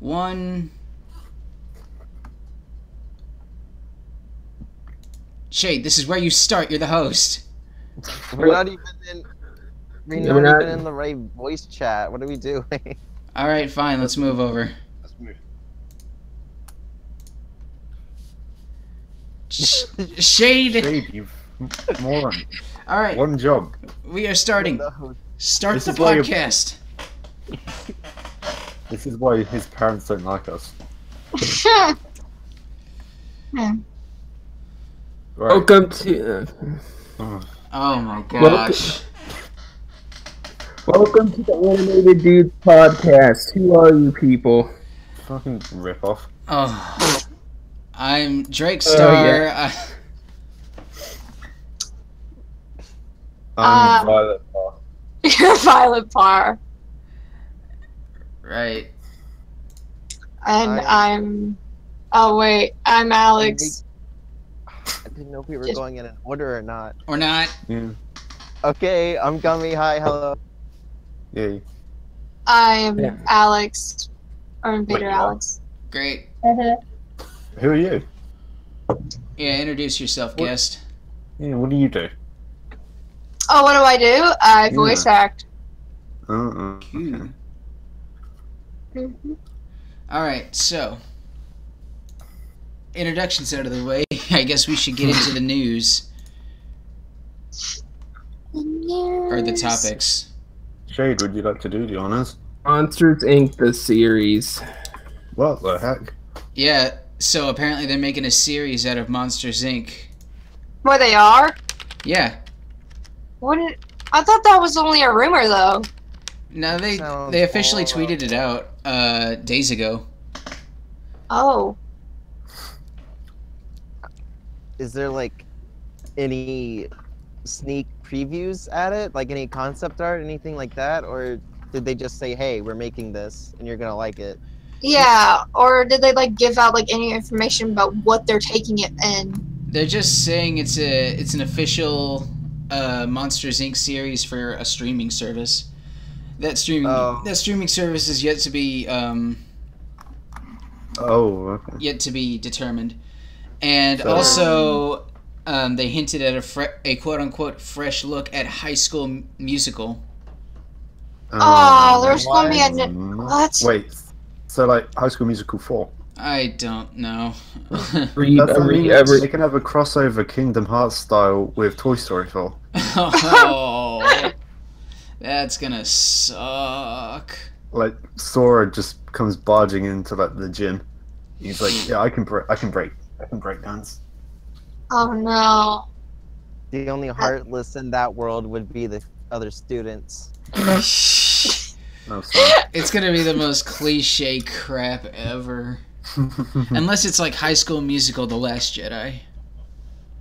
one Shade, this is where you start. You're the host. We're not even in. We're Yeah, not, we're not- even in the right voice chat. What are we doing? All right, fine. Let's move over. Let's move. Sh- Shade. Dave, you f- moron. All right, One job. we are starting. No. Start This the is why you- podcast. This is why his parents don't like us. Right. Welcome to uh, Oh my Well, gosh. Welcome to the Animated Dudes podcast. Who are you people? Fucking rip off. Oh. I'm Drake Star. I- I'm Um, Violet Parr. You're Violet Parr, right. and I- I'm. Oh wait, I'm Alex. I didn't know if we were Just- going in an order or not. Or not. Yeah. Okay, I'm Gummy. Hi, hello. Yeah. you- I'm Yeah. Alex, or Wait, Invader what? Alex. Great. Who are you? Yeah, introduce yourself, What- guest. Yeah, what do you do? Oh, what do I do? I Yeah. voice act. Uh-uh. Okay. Mhm. All right, so introductions out of the way. I guess we should get into the news or the Yes. topics. Shade, would you like to do the honors? Monsters Inc. the series. What the heck? Yeah. So apparently they're making a series out of Monsters Inc. Where they are? Yeah. What? Did... I thought that was only a rumor, though. No, they Sounds they officially all tweeted it out uh, days ago. Oh, Is there like any sneak previews at it? Like any concept art, anything like that? Or did they just say, hey, we're making this and you're gonna like it? yeah. Or did they like give out like any information about what they're taking it in? They're just saying it's a it's an official uh, Monsters Inc. series for a streaming service. That streaming Oh. that streaming service is yet to be um, Oh, okay. yet to be determined. And So- also, um, they hinted at a, fre- a quote unquote fresh look at High School M- Musical. Oh, there's gonna be a Um, why What? Wait, so like High School Musical 4? I don't know. Read That's every- something every- They can have a crossover Kingdom Hearts style with Toy Story 4. oh, that's gonna suck. Like Sora just comes barging into like the gym. He's like, yeah, I can break, I can break, I can break dance. Oh no. The only heartless in that world would be the other students. it's No, sorry. gonna be the most cliche crap ever. Unless it's like High School Musical: The Last Jedi.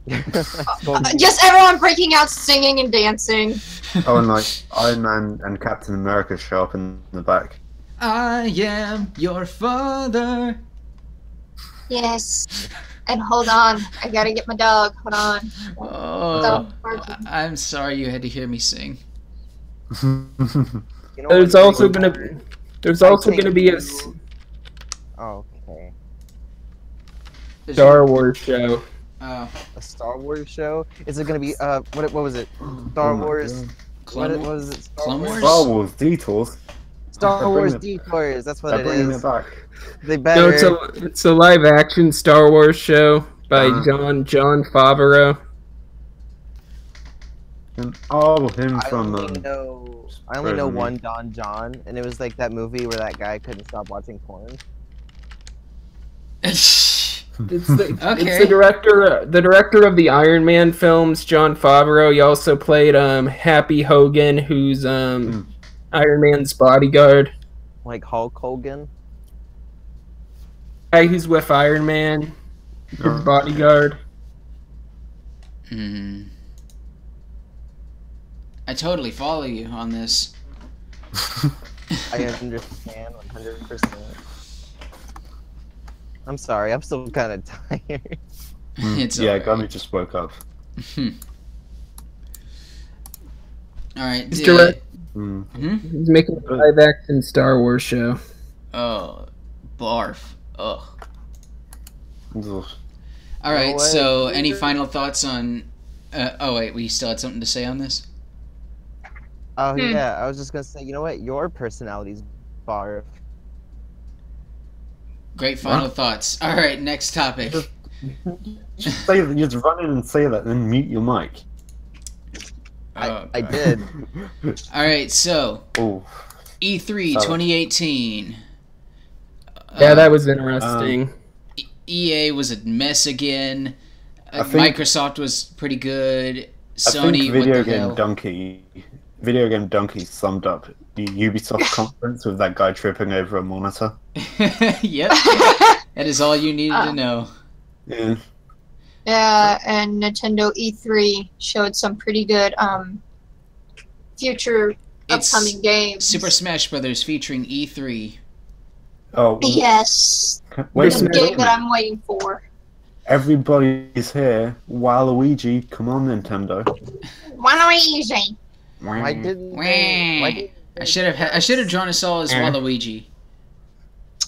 Don't- Just Uh, everyone breaking out singing and dancing. oh, and like Iron Man and Captain America show up in the back. I am your father. Yes. And hold on, I gotta get my dog. Hold on. Oh, I- I'm sorry you had to hear me sing. you know There's what? also gonna be, there's also I think gonna be a you- s- Oh, okay. Star Wars show. Oh, A Star Wars show? Is it gonna be uh what what was it? Star Oh my Wars. God. What, Clone it- what Wars. was it? Star Clone Wars? Star Wars detours. Star They're Wars bringing detours. That's what They're it bringing it is. back. They No, better. it's a it's a live action Star Wars show by Uh. John John Favreau. And, oh, him I from only um, know I only know Spider-Man. one Don John, and it was like that movie where that guy couldn't stop watching porn. It's the, it's Okay. the director the director of the Iron Man films, John Favreau. He also played um Happy Hogan, who's um Iron Man's bodyguard. Like Hulk Hogan. Guy who's with Iron Man, his uh, bodyguard. Hmm. I totally follow you on this. I understand 100. percent I'm sorry. I'm still kind of tired. It's Hmm. yeah, alright. Hmm. Gummy just woke up. All right. It's d- direct- Mm. Hmm? He's making a live action Star Wars show. Oh, barf. Ugh. Ugh. All right. way. so, any final thoughts on? Uh, oh wait, we still had something to say on this. Oh Hmm. yeah, I was just gonna say, you know what? Your personality's barf. Great final thoughts. All right, next topic. Just say that. Just run in and say that, and mute your mic. Oh, I God. did. All right, so E Oh, E3 Oh. 2018. Yeah, Uh, that was interesting. EA was E a mess again. Uh, I think- Microsoft was pretty good. I Sony, think what video the game hell? donkey, video game donkey summed up the Ubisoft conference with that guy tripping over a monitor. yep, that is all you needed Ah. to know. Yeah. yeah, and Nintendo E3 showed some pretty good um future It's upcoming games. Super Smash Brothers featuring E E3. Oh, Yes, wait This a the minute. game that I'm waiting for. Everybody's here. Waluigi, come on, Nintendo. Waluigi. Why didn't? they- Why I didn't should have. I should have drawn us all as Eh. Waluigi.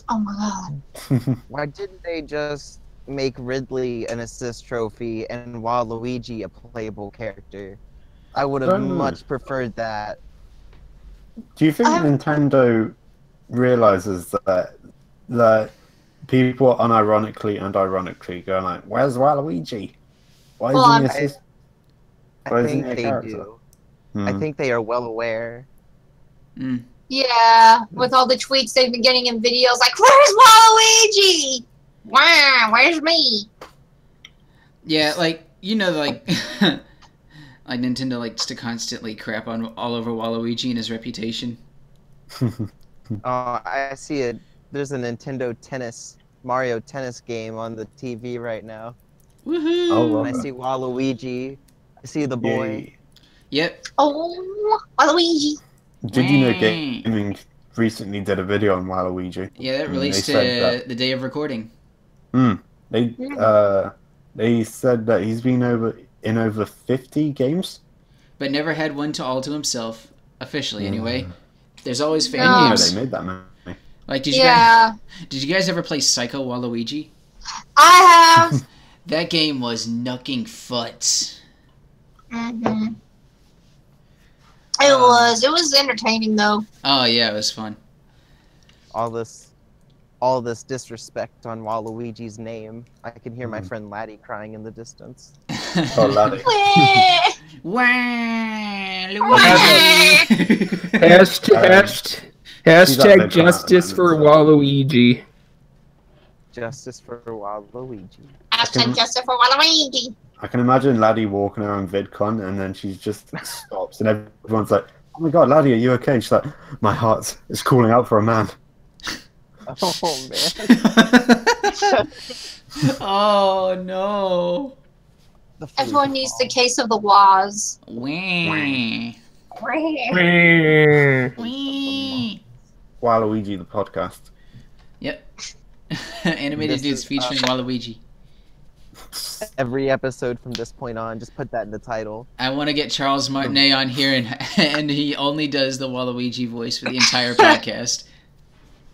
Oh my god. Why didn't they just make Ridley an assist trophy and Waluigi a playable character? I would have Hmm. much preferred that. Do you think Um, Nintendo realizes that that people unironically and ironically go like, "Where's Waluigi? Why Well, isn't I'm- he assist-" I Why isn't think he a they character? do. Hmm. I think they are well aware. Yeah, with all the tweets they've been getting in videos, like where's Waluigi? Wow, where's me? Yeah, like you know, like like Nintendo likes to constantly crap on all over Waluigi and his reputation. Uh, I see it. There's a Nintendo Tennis Mario Tennis game on the TV right now. Woohoo! Oh, well. And I see Waluigi. I see the boy. Yay. Yep. Oh, Waluigi. Did you know Wah. gaming recently did a video on Waluigi? Yeah, that Mm, they released uh, said that. the day of recording. They uh they said that he's been over in over fifty games. but never had one to all to himself officially. Anyway, there's always fan No. Yeah, games. Mm. they made that many. Like did you Yeah, guys, did you guys ever play Psycho Waluigi? I have. That game was knucking foot. Mm-hmm. hmm It Um, was. It was entertaining though. Oh yeah, it was fun. all this all this disrespect on Waluigi's name. I can hear my Mhm. friend Laddie crying in the distance. Oh, laddie. Waluigi. Hashtag, Um, hashtag, she's not hashtag big on justice that, for so- Waluigi. Justice for Waluigi. Hashtag justice for Waluigi. I can imagine Laddie walking around VidCon and then she just stops and everyone's like, "Oh my god, Laddie, are you okay?" And she's like, "My heart is calling out for a man." Oh man. oh no. The freak Everyone needs the ball. case of the Waz. Wah. Wah. Waluigi the podcast. Animated This dudes is, uh, featuring Waluigi. Every episode from this point on, just put that in the title. I want to get Charles Martinet on here, and and he only does the Waluigi voice for the entire podcast.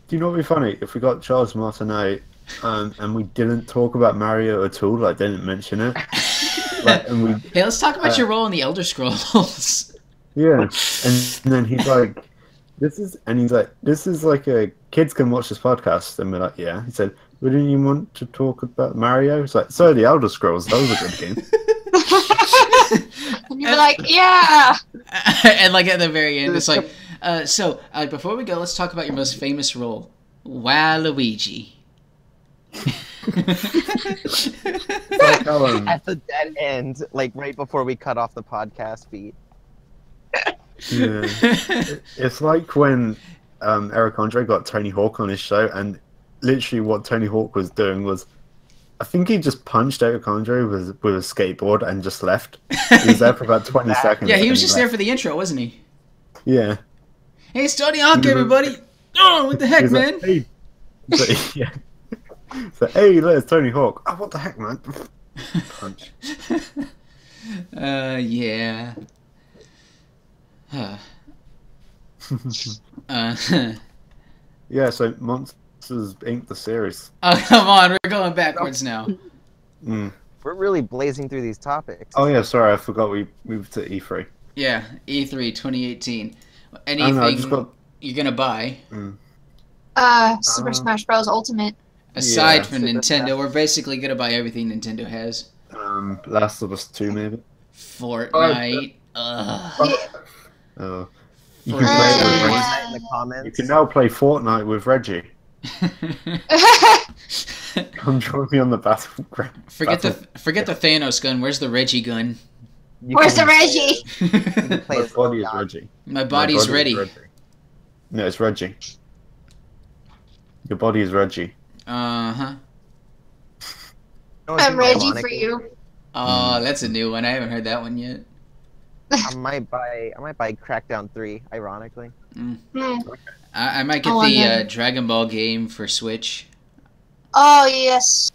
Do you know what would be funny if we got Charles Martinet um, and we didn't talk about Mario at all? Like, didn't mention it. Like, and we Hey, let's talk about Uh, your role in the Elder Scrolls. Yeah, and then he's like, "This is," and he's like, "This is like a kids can watch this podcast." And we're like, "Yeah." He said, "Wouldn't you want to talk about Mario?" It's like, "So the Elder Scrolls, that was a good game." And you're like, yeah. and like at the very end, it's like, uh, so uh, before we go, let's talk about your most famous role, Waluigi. It's like how, um, At the dead end, like right before we cut off the podcast feed. yeah. It's like when um, Eric Andre got Tony Hawk on his show, and literally what Tony Hawk was doing was, I think he just punched Eric Andre with with a skateboard and just left. He was there for about twenty seconds. yeah, he was and just there for the intro, wasn't he? left. Yeah. Hey, it's Tony Hawk, everybody. Oh, what the heck, He's man? like, hey. So, yeah. So, hey, look, it's Tony Hawk. Oh, what the heck, man? Punch. Uh, yeah. Huh. uh, Yeah, so Monster This is ain't the series. Oh come on, we're going backwards now. Mm. We're really blazing through these topics. Oh yeah, sorry, I forgot we moved to E E3. Yeah, E E3 2018. I don't Anything know, Oh, I just got you're gonna buy Uh, Uh-huh. Super Uh, Smash Bros. Ultimate. aside Yeah. from Super Nintendo, Smash. we're basically gonna buy everything Nintendo has. um, Last of Us Two maybe. Fortnite. Ugh. Yeah. Oh, you Fortnite. can play it with Reggie. In the You comments. can now play Fortnite with Reggie. Come join me on the battleground. forget the forget the Thanos gun. Where's the Reggie gun? You Where's the can Reggie? play My as body is God. Reggie. My My body's body ready. is Reggie. No, it's Reggie. Your body is Reggie. Uh huh. You know what's I'm Reggie ironic for is you. Oh, that's a new one. I haven't heard that one yet. I might buy. I might buy Crackdown Three. Ironically, Hmm. I, I might get I want the uh, that. Dragon Ball game for Switch. Oh yes.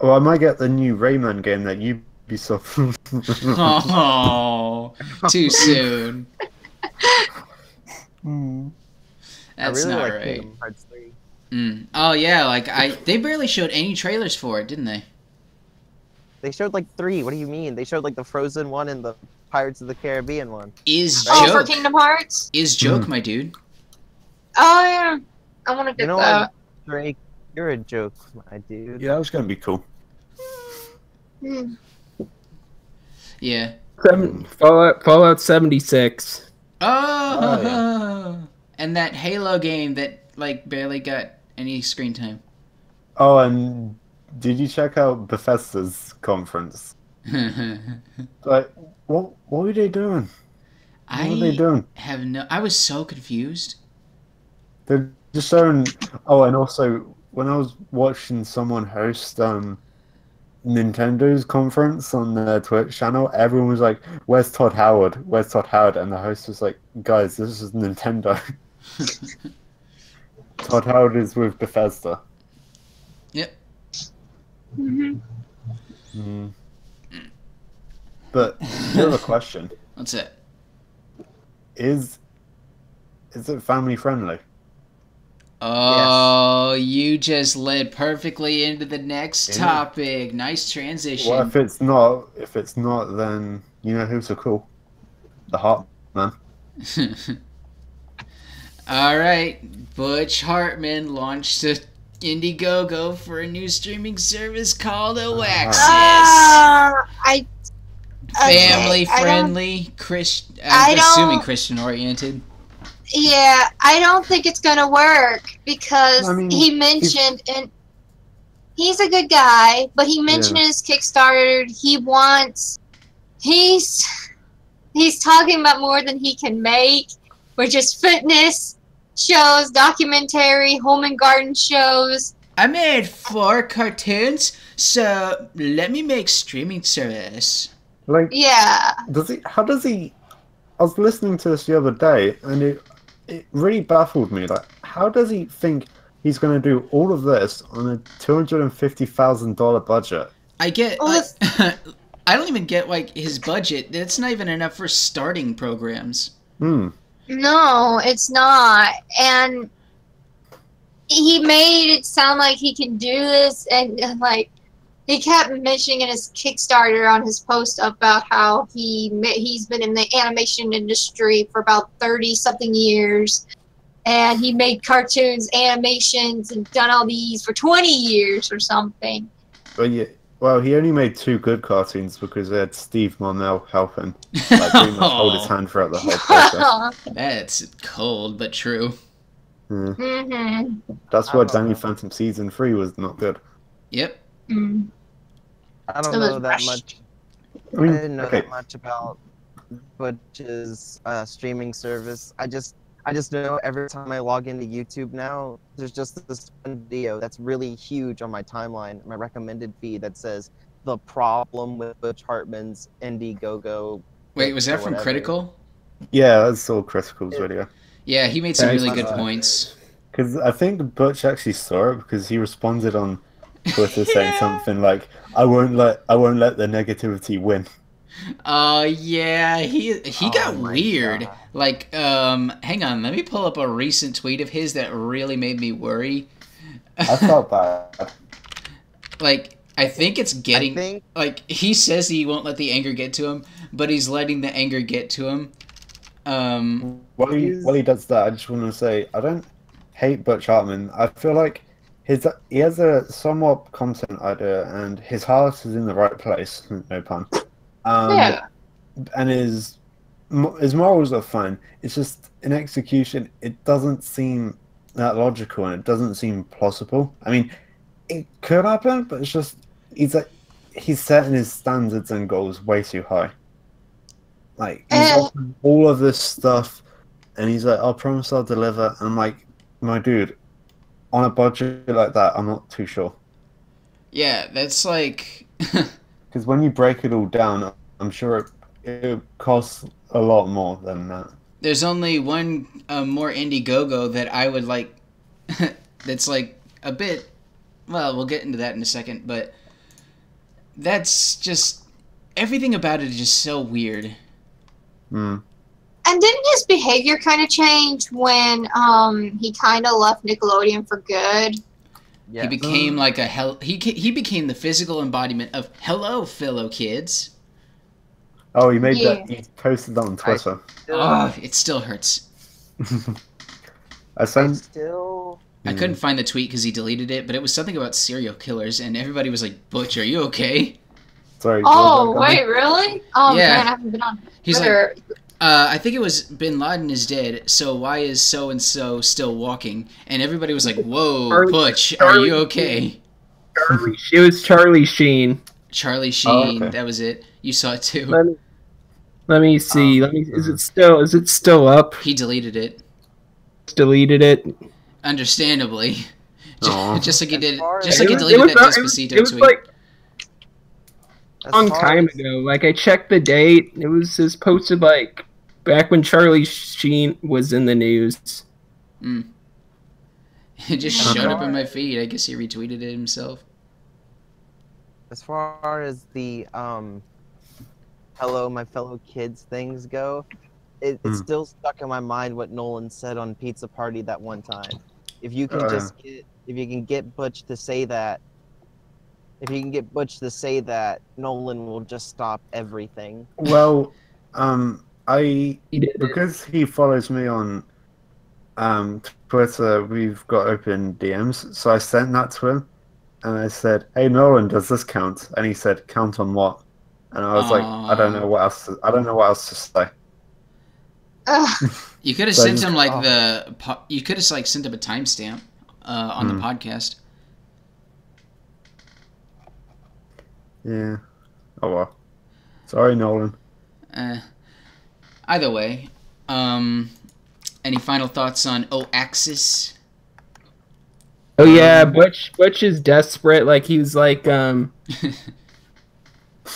Oh, I might get the new Rayman game that Ubisoft. Oh, too soon. Hmm. That's I really not like right. Kingdom Hearts Three. Mm. Oh yeah, like I they barely showed any trailers for it, didn't they? They showed like three. What do you mean? They showed like the Frozen one and the Pirates of the Caribbean one. Is joke Oh, for Kingdom Hearts. is joke, Mm. my dude. Oh yeah. I want to get You know that. what, Drake? You're a joke, my dude. yeah, that was gonna be cool. Hmm. Yeah. Seven, Fallout Fallout 76. Oh, Oh, and that Halo game that like barely got any screen time. Oh, and did you check out Bethesda's conference? Like, what what were they doing? What were they I doing? have no. I was so confused. They're just showing. Oh, and also when I was watching someone host um, Nintendo's conference on their Twitch channel, everyone was like, "Where's Todd Howard? Where's Todd Howard?" And the host was like, "Guys, this is Nintendo. Todd Howard is with Bethesda." Yep. Mhm. Mm. But another question What's it? is: Is it family friendly? Oh, you just led perfectly into the next Didn't it? topic. Nice transition. Well, if it's not, if it's not, then you know who's so cool? The Hot Man. All right, Butch Hartman launched a Indiegogo for a new streaming service called Oaxis. Ah, I. Ah, okay, Family I don't- friendly, Christian. I I'm assuming don't- Christian oriented. Yeah, I don't think it's gonna work because I mean, he mentioned and he's a good guy, but he mentioned in his Kickstarter he wants he's he's talking about more than he can make, which is fitness shows, documentary, home and garden shows. I made four cartoons, so let me make streaming service. Like, Yeah. does he? How does he? I was listening to this the other day, and it it really baffled me. Like, how does he think he's going to do all of this on a two hundred and fifty thousand dollar budget? I get. Well, like, I don't even get like his budget. That's not even enough for starting programs. Hmm. No, it's not. And he made it sound like he can do this, and, and, like he kept mentioning in his Kickstarter on his post about how he ma- he's been in the animation industry for about thirty something years, and he made cartoons, animations, and done all these for twenty years or something. But yeah, well, he only made two good cartoons because they had Steve Marmel help him, like, pretty much hold his hand throughout the whole process. Oh, That's cold but true. Yeah. mm-hmm. That's why I don't Danny know. Phantom season three was not good. Yep. mm. I don't It was know that rushed. much. I I mean, didn't know okay, that much about Butch's uh, streaming service. I just, I just know every time I log into YouTube now, there's just this one video that's really huge on my timeline, my recommended feed that says the problem with Butch Hartman's Indiegogo. Wait, was that or from whatever." Critical? yeah, that's all Critical's video. Yeah, he made some Thanks. really good Uh, points. Because I think Butch actually saw it because he responded on Twitter saying Yeah. something like, "I won't let I won't let the negativity win." Uh, yeah, he he Oh got my weird. God. Like, um, hang on, let me pull up a recent tweet of his that really made me worry. I felt bad. like I think it's getting I think like he says he won't let the anger get to him, but he's letting the anger get to him. Um, While he, while he does that, I just want to say I don't hate Butch Hartman. I feel like his he has a somewhat competent idea, and his heart is in the right place. No pun. Um, yeah. And his mo- his morals are fine. It's just in execution, it doesn't seem that logical, and it doesn't seem plausible. I mean, it could happen, but it's just he's like he's setting his standards and goals way too high. Like he's Eh. offering all of this stuff, and he's like, "I promise I'll deliver." And I'm like, "My dude, on a budget like that, I'm not too sure." yeah, that's like Because when you break it all down, I'm sure it, it costs a lot more than that. there's only one um, more Indiegogo that I would like. that's like a bit. Well, we'll get into that in a second, but that's just everything about it is just so weird. Mm. And didn't his behavior kind of change when um he kind of left Nickelodeon for good? yeah. He became like a hell. He ca- he became the physical embodiment of hello, fellow kids. Oh, he made Yeah. that. He posted that on Twitter. Oh, it still hurts. I I sent. still I couldn't find the tweet because he deleted it, but it was something about serial killers, and everybody was like, "Butch, are you okay?" Sorry. Oh what was that wait, really? Oh Yeah. man, I haven't been on He's like, Twitter. uh, "I think it was Bin Laden is dead, so why is so and so still walking?" And everybody was like, "Whoa, Charlie- Butch, are you Charlie- okay?" Charlie, it was Charlie Sheen. Charlie Oh, Sheen, okay. that was it. You saw it too. Let me, let me see. let me. Is it still? Is it still up? He deleted it, Deleted it. understandably, Ju- Aw. just, like he As did, far just as- like it he was, deleted it was, that it was, Despacito it was tweet. like as long far time as- ago. Like I checked the date. It was just posted like back when Charlie Sheen was in the news. it just Okay. showed up in my feed. I guess he retweeted it himself. as far as the um hello my fellow kids things go it, it's Hmm. still stuck in my mind what nolan said on pizza party that one time if you can Uh. just get if you can get butch to say that if you can get butch to say that nolan will just stop everything Well, um, I He did it. because he follows me on um, Twitter, we've got open DMs. So I sent that to him, and I said, "Hey Nolan, does this count?" And he said, "Count on what?" And I was like, "I don't know what else. To, I don't know what else to say." Ugh, You could have So sent you- him like oh. the po- you could have like sent him a timestamp uh, on Mm. the podcast. Yeah. Oh well. Sorry, Nolan. Uh, either way, um, any final thoughts on O Axis? Oh yeah, Butch. Butch is desperate. Like he's like um.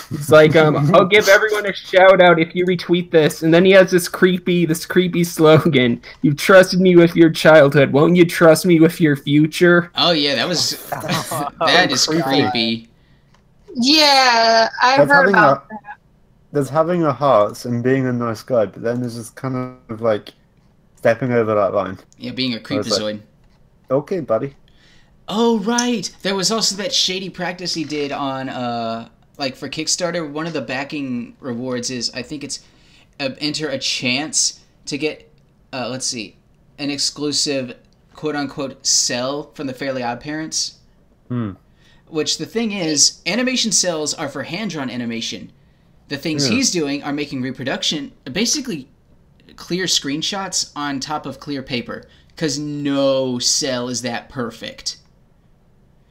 He's like um. I'll give everyone a shout out if you retweet this, and then he has this creepy, this creepy slogan. You trusted me with your childhood. Won't you trust me with your future? Oh yeah, that was that is Creepy. creepy. yeah, I That's heard having about a, there's having a heart and being a nice guy, but then there's just kind of like stepping over that line. Yeah, being a was like- creepazoid. Okay, buddy. Oh right, there was also that shady practice he did on uh like for Kickstarter. One of the backing rewards is I think it's uh, enter a chance to get uh, let's see an exclusive quote unquote sell from the Fairly Odd Parents. Hmm. Which the thing is, animation cells are for hand drawn animation. The things Yeah. he's doing are making reproduction basically clear screenshots on top of clear paper because no cell is that perfect.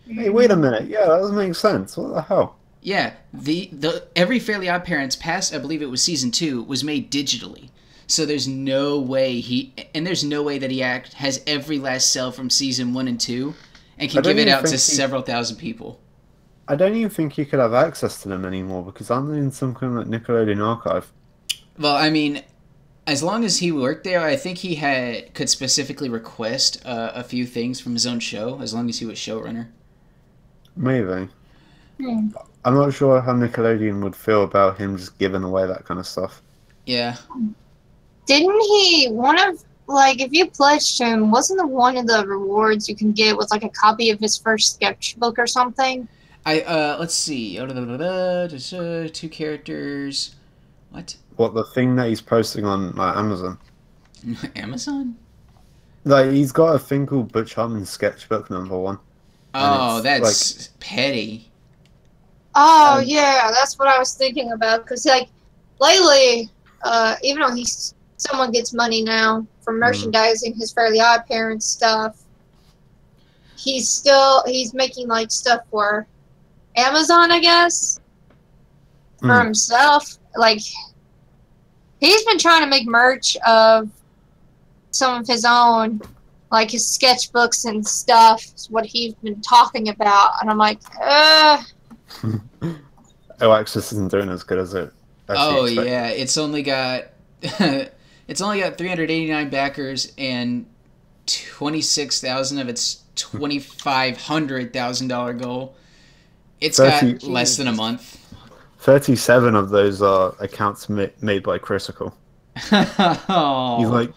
Hey, wait a Mm. minute. Yeah, that doesn't make sense. What the hell? Yeah, the the every Fairly Odd Parents past, I believe it was season two, was made digitally. So there's no way he and there's no way that he act has every last cell from season one and two, and I can don't give it even out to think he- several thousand people. I don't even think you could have access to them anymore because I'm in some kind of like Nickelodeon archive. Well, I mean, as long as he worked there, I think he had could specifically request uh, a few things from his own show, as long as he was showrunner. Maybe. Hmm. I'm not sure how Nickelodeon would feel about him just giving away that kind of stuff. Yeah, Didn't he? One of like if you pledged to him, wasn't the one of the rewards you can get was like a copy of his first sketchbook or something? I uh let's see. Uh, da, da, da, da, da, Two characters. What? What the thing that he's posting on like Amazon? Amazon? Like he's got a thing called Butch Hartman's sketchbook number one. Oh, it's, that's petty. Oh Um, yeah, that's what I was thinking about. Cause like lately, uh, even though he's someone gets money now from merchandising his Fairly Odd Parents stuff, he's still he's making like stuff for Amazon, I guess, for Mm. himself. Like he's been trying to make merch of some of his own, like his sketchbooks and stuff. Is what he's been talking about, and I'm like, uh. Oh, Access isn't doing as good as it. As he oh expected. yeah, it's only got it's only got 389 backers and 26,000 of its 2500 thousand dollar goal. It's got Thirty- less than a month. Thirty-seven of those are accounts ma- made by Critical. oh. He's like,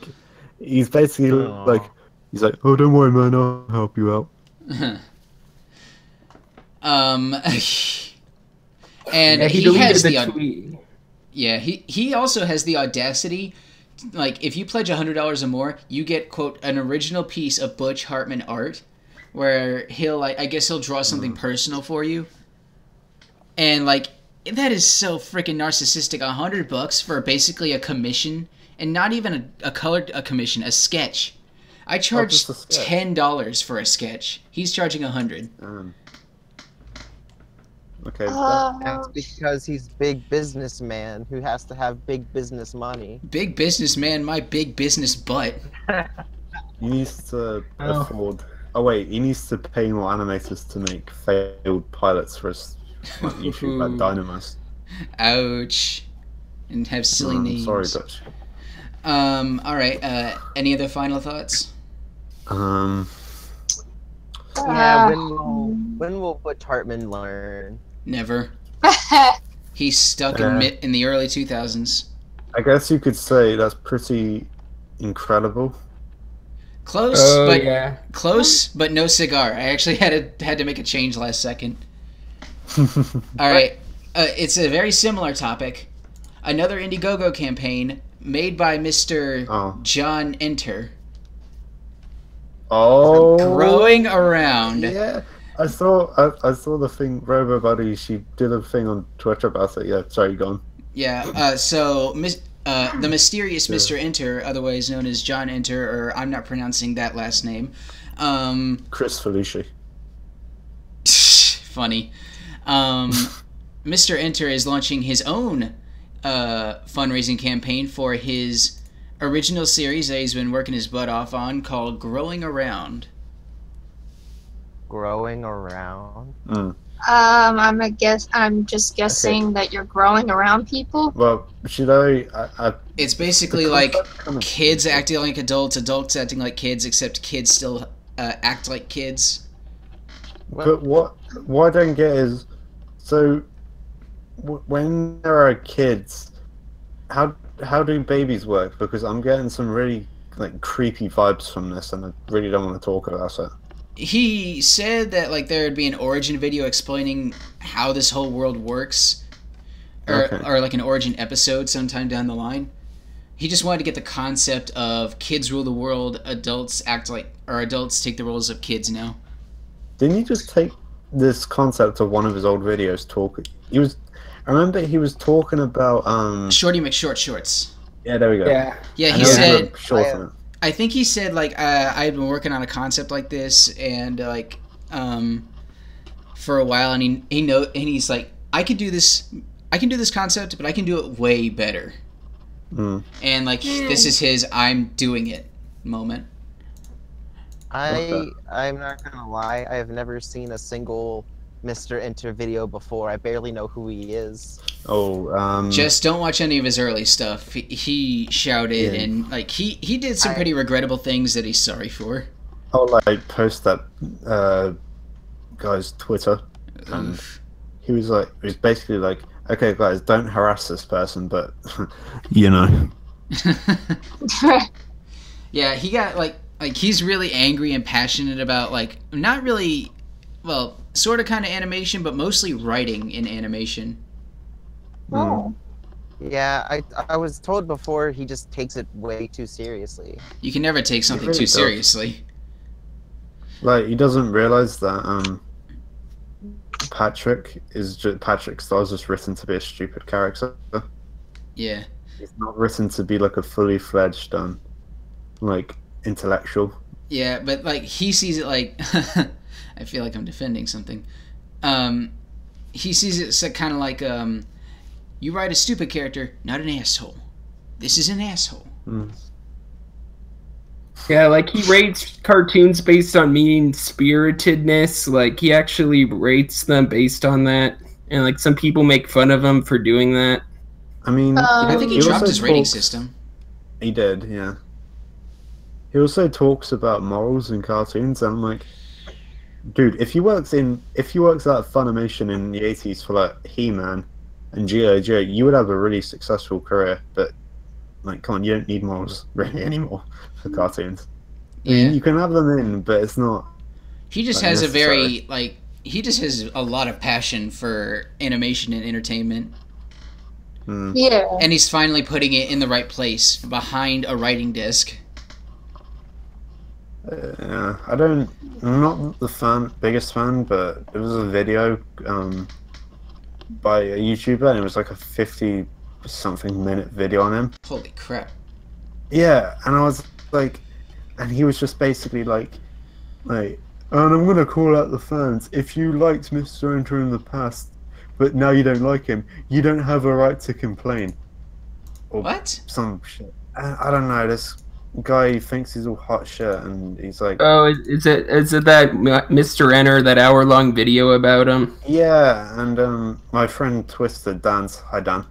he's basically Aw. like, he's like, oh, don't worry, man, I'll help you out. um and he, Yeah, he deleted has the, the au- tweet. Yeah, he he also has the audacity. Like, if you pledge hundred dollars or more, you get quote an original piece of Butch Hartman art, where he'll like I guess he'll draw Mm. something personal for you. And like that is so freaking narcissistic. A hundred bucks for basically a commission, and not even a, a colored a commission, a sketch. I charged Oh, just a sketch. ten dollars for a sketch. He's charging a hundred. Um, okay. Uh, That's because he's big businessman who has to have big business money. Big business man, my big business butt. He needs to Oh. afford. Oh wait, he needs to pay more animators to make failed pilots for his like, YouTube like Dynamis. Ouch. And have silly Mm, names. sorry, Dutch. Um, all right. Uh, any other final thoughts? Um, Yeah, uh, when will when will Butch Hartman learn? Never. He's stuck Uh, in mid in the early 2000s. I guess you could say that's pretty incredible. Close, Oh but yeah. close, but no cigar. I actually had to had to make a change last second. That's All right. Uh, it's a very similar topic. Another Indiegogo campaign made by Mr. Oh. John Enter, oh, growing around. Yeah, I saw. I, I saw the thing. Robo Buddy. She did a thing on Twitter about it. Yeah, sorry, gone. Yeah. Uh, so, mis- uh, the mysterious Mr. Enter, otherwise known as John Enter, or I'm not pronouncing that last name. Um, Chris Felucci. funny. Um, Mr. Enter is launching his own uh, fundraising campaign for his original series that he's been working his butt off on called Growing Around. Growing around. Mm. um, I'm a guess. I'm just guessing that you're growing around people. Well, should I? I, I It's basically like Come on. kids acting like adults, adults acting like kids, except kids still uh, act like kids. Well, But what what I don't get is, so w- when there are kids, how how do babies work? Because I'm getting some really like creepy vibes from this, and I really don't want to talk about it. he said that like there would be an origin video explaining how this whole world works or, Okay. or like an origin episode sometime down the line he just wanted to get the concept of kids rule the world adults act like or adults take the roles of kids now Didn't you just take this concept of one of his old videos? Talking, he was. I remember he was talking about um. shorty mcshort shorts Yeah, there we go. Yeah. yeah I he know it's said not short from it. I think he said like uh, I had been working on a concept like this and like um, for a while, and he he know and he's like I could do this, I can do this concept, but I can do it way better. Mm. And like this is his I'm doing it moment. I I'm not gonna lie. I have never seen a single Mr. Enter video before. I barely know who he is. Oh, um. Just don't watch any of his early stuff. He, he shouted Yeah. and like he he did some I- pretty regrettable things that he's sorry for. I'll like post that uh guy's Twitter and Oof. he was like he was basically like okay guys don't Hmm. harass this person but you know Yeah, he got like like he's really angry and passionate about like not really well, sort of kind of animation, but mostly writing in animation. Mm. Oh. Yeah, I I was told before he just takes it way too seriously. You can never take something really too does. seriously. Like he doesn't realize that um, Patrick is just Patrick Star's just written to be a stupid character. Yeah. He's not written to be like a fully fledged um, like intellectual. Yeah, but like he sees it like I feel like I'm defending something. Um he sees it so kind of like um you write a stupid character, not an asshole. This is an asshole. Mm. Yeah, like he rates cartoons based on mean spiritedness. Like he actually rates them based on that. And like some people make fun of him for doing that. I mean, Um, I think he He dropped also his rating talks- system. he did, yeah. He also talks about morals in cartoons, and I'm like, dude, if he works in if he works at Funimation in the '80s for like He-Man and G.I. Joe, you would have a really successful career. But like, come on, you don't need morals really anymore for cartoons. Yeah. You can have them in, but it's not. He just Like, has a very necessary. like he just has a lot of passion for animation and entertainment. Mm, Yeah. And he's finally putting it in the right place behind a writing desk. yeah, I don't. I'm not the fan, biggest fan, but it was a video um, by a YouTuber, and it was like a 50 something minute video on him. Holy crap. Yeah, and I was like, and he was just basically like, like, and I'm gonna call out the fans. If you liked Mr. Enter in the past, but now you don't like him, you don't have a right to complain. Or What? Some shit. And I don't know. This guy thinks he's all hot shit, and he's like, Oh, is- is it is it that M- Mr. Enner that hour long video about him? yeah. And um, my friend Twisted Dance, hi Dan,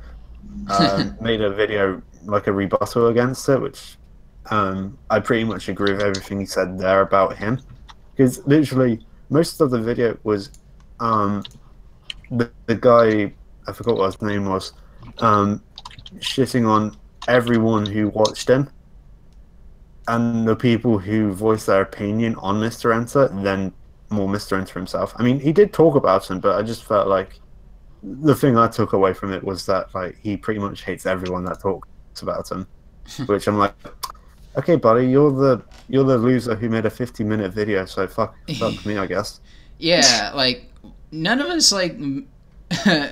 um, made a video like a rebuttal against it, which um, I pretty much agree with everything he said there about him. Because literally, most of the video was um, the, the guy, I forgot what his name was, um, shitting on everyone who watched him. And the people who voiced their opinion on Mr. Enter, then more Mr. Enter himself. I mean, he did talk about him, but I just felt like the thing I took away from it was that like he pretty much hates everyone that talks about him, which I'm like, okay, buddy, you're the you're the loser who made a 50 minute video, so fuck fuck me, I guess. Yeah, like none of us like m-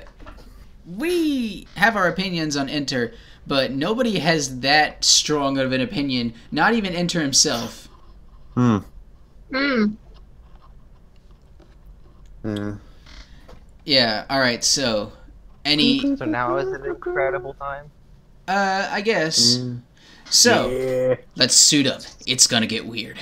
we have our opinions on Enter, but nobody has that strong of an opinion. Not even Enter himself. Hmm. Mm. Yeah. Yeah. All right. So, any? So now is an incredible time. Uh, I guess. Mm. So Yeah. let's suit up. It's gonna get weird.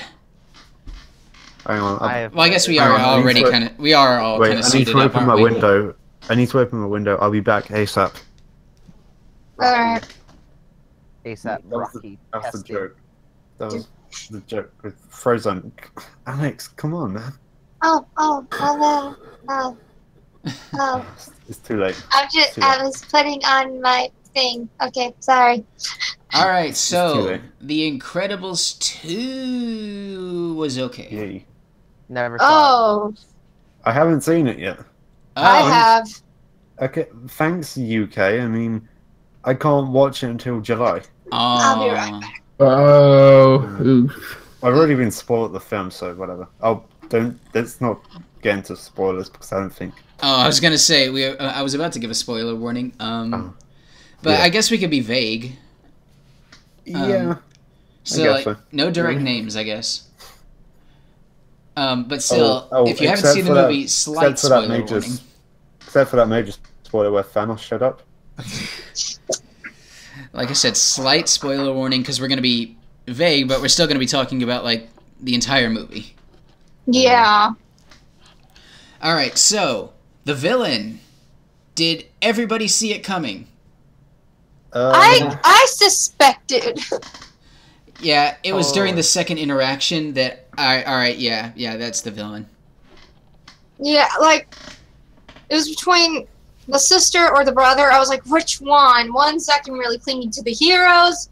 Hang on. I I, have Well, I guess we are Alright, I need already to- kind of we are all wait, kind of I need suited to up. open my aren't we? window. I need to open my window. I'll be back ASAP. Alright. ASAP That was the- Rocky. That's the tested. joke. That was the joke with Frozen. Alex, come on, man. Oh, oh, hello. Oh, oh. It's too late. I'm just, I was putting on my thing. Okay, sorry. All right. So late. The Incredibles two was okay. Yay. Never saw. Oh, I haven't seen it yet. I Oh, have. Okay, thanks UK. I mean, I can't watch it until July. I'll be oh. right Oh, oof. I've already been spoiled the film, so whatever. Oh, don't. Let's not get into spoilers because I don't think. Oh, I was gonna say we. Uh, I was about to give a spoiler warning, um, Oh. but Yeah. I guess we could be vague. Um, yeah. So, like, guess so. no direct Mhm. names, I guess. Um, but still, Oh, oh, if you haven't except seen the for that- movie, slight except for that spoiler major. warning. Except for that major spoiler where Thanos showed up. Like I said, slight spoiler warning because we're gonna be vague, but we're still gonna be talking about like the entire movie. Yeah. All right, so the villain. Did everybody see it coming? Oh, Uh, I, I suspected. Yeah, it was during Oh. the second interaction that I. All right, yeah, yeah, that's the villain. Yeah, like it was between the sister or the brother. I was like, which one? One's acting really clingy to the heroes,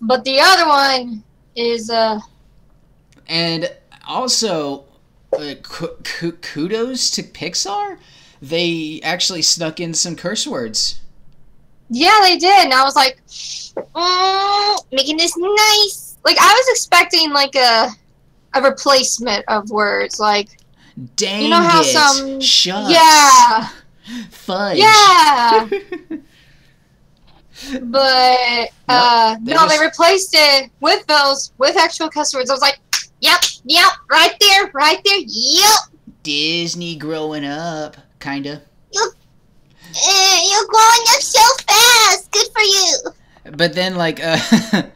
but the other one is uh And also, uh, ku- ku- kudos to Pixar. They actually snuck in some curse words. yeah they did and i was like mm, making this nice like i was expecting like a a replacement of words like Dang you know how it. some Shucks. yeah Fudge. yeah but uh they no just- they replaced it with those with actual cuss words i was like yep yep right there right there yep Disney growing up, kinda. Eh, you're growing up so fast. Good for you. But then, like, uh,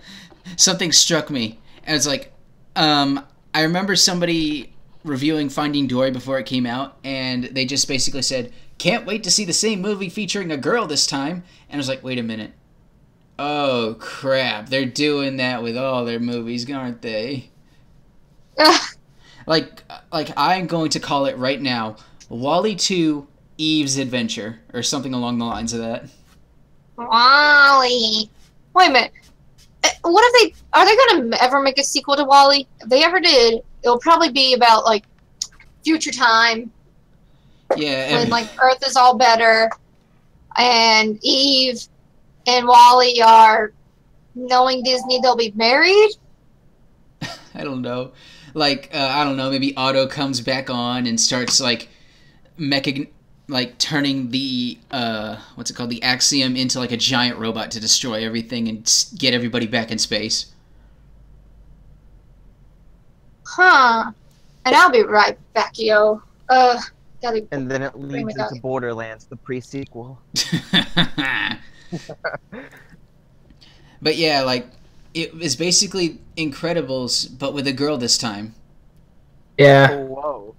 something struck me, and it's like, um, I remember somebody reviewing Finding Dory before it came out, and they just basically said, "Can't wait to see the same movie featuring a girl this time." And I was like, "Wait a minute, oh crap, they're doing that with all their movies, aren't they?" Ugh. like, like I'm going to call it right now, Wally Two. Eve's Adventure, or something along the lines of that. Wally. Wait a minute. Eh, What if they are they gonna m- ever make a sequel to Wally? If they ever did, it'll probably be about like future time Yeah, when and- like Earth is all better, and Eve and Wally are knowing Disney they'll be married. I don't know. Like uh, I don't know, maybe Otto comes back on and starts like mechan- like turning the uh what's it called the Axiom into like a giant robot to destroy everything and s- get everybody back in space. Huh. And I'll be right back, yo. Uh, gotta And then it Bring leads it up. into Borderlands, the pre-sequel. but yeah, like it is basically Incredibles but with a girl this time. Yeah. Oh, whoa.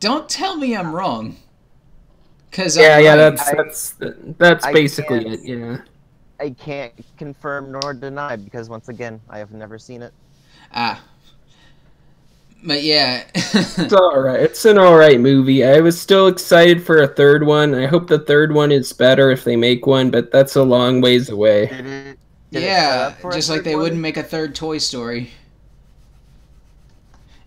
Don't tell me I'm wrong. Cuz Yeah, yeah, I- that's that's that's I basically can't- it, yeah. I can't confirm nor deny because once again, I have never seen it. ah. But yeah. It's alright. It's an alright movie. I was still excited for a third one. I hope the third one is better if they make one, but that's a long ways away. Did it? did it set Yeah, up for a just like third they one? wouldn't make a third Toy Story.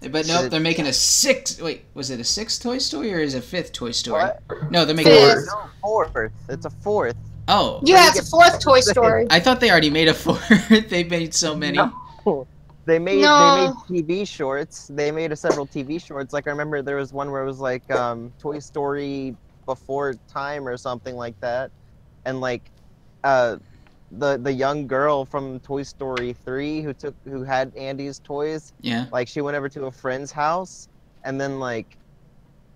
But Did nope, it- they're making a sixth. Wait, was it a sixth Toy Story or is it a fifth Toy Story? What? No, they're making. Fifth. Fourth. No, fourth. It's a fourth. Oh, Yeah, it's a fourth Toy Story. I thought they already made a fourth. they made so many. No. They made No. they made TV shorts. They made a several TV shorts. Like I remember there was one where it was like um, Toy Story before time or something like that, and like uh, the the young girl from Toy Story three who took who had Andy's toys. Yeah. Like she went over to a friend's house, and then like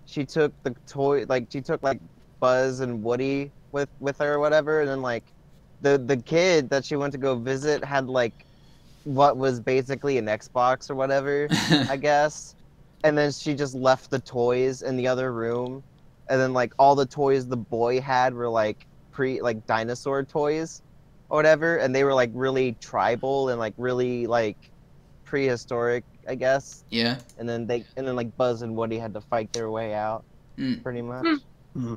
she took the toy like she took like Buzz and Woody with with her or whatever, and then like the the kid that she went to go visit had like what was basically an Xbox or whatever, I guess. And then she just left the toys in the other room, and then like all the toys the boy had were like pre like dinosaur toys or whatever, and they were like really tribal and like really like prehistoric, I guess. yeah. And then they and then like Buzz and Woody had to fight their way out, Mm. pretty much. Hmm.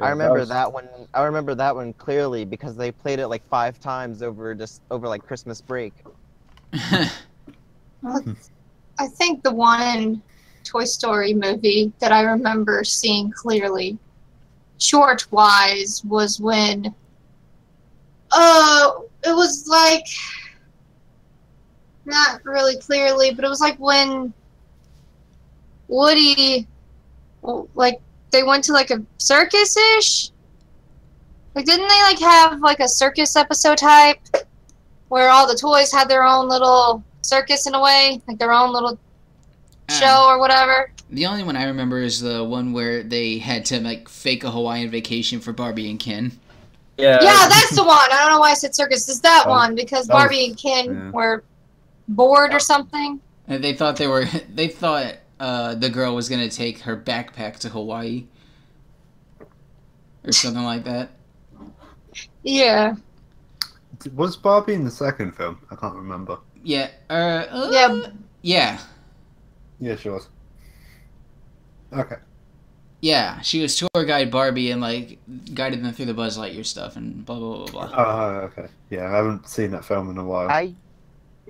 I remember was- that one. I remember that one clearly because they played it like five times over just over like Christmas break. I think the one Toy Story movie that I remember seeing clearly, short wise, was when. Uh, it was like. Not really clearly, but it was like when Woody. well, Like, they went to like a circus ish? Like, didn't they like have like a circus episode type? where all the toys had their own little circus in a way, like their own little Hmm. show or whatever. Ah, the only one I remember is the one where they had to like fake a Hawaiian vacation for Barbie and Ken. Yeah. yeah, that's the one. I don't know why I said circus. It's that Oh, one because that was- Barbie and Ken yeah. were bored or something. And they thought they were. They thought uh, the girl was gonna take her backpack to Hawaii. Or something like that. Yeah. Was Barbie in the second film? I can't remember. Yeah. Uh, uh, Yeah. Yeah. Yeah, she was. Okay. Yeah. She was tour guide Barbie and like guided them through the Buzz Lightyear stuff and blah blah blah blah. blah. Oh, okay. Yeah, I haven't seen that film in a while. I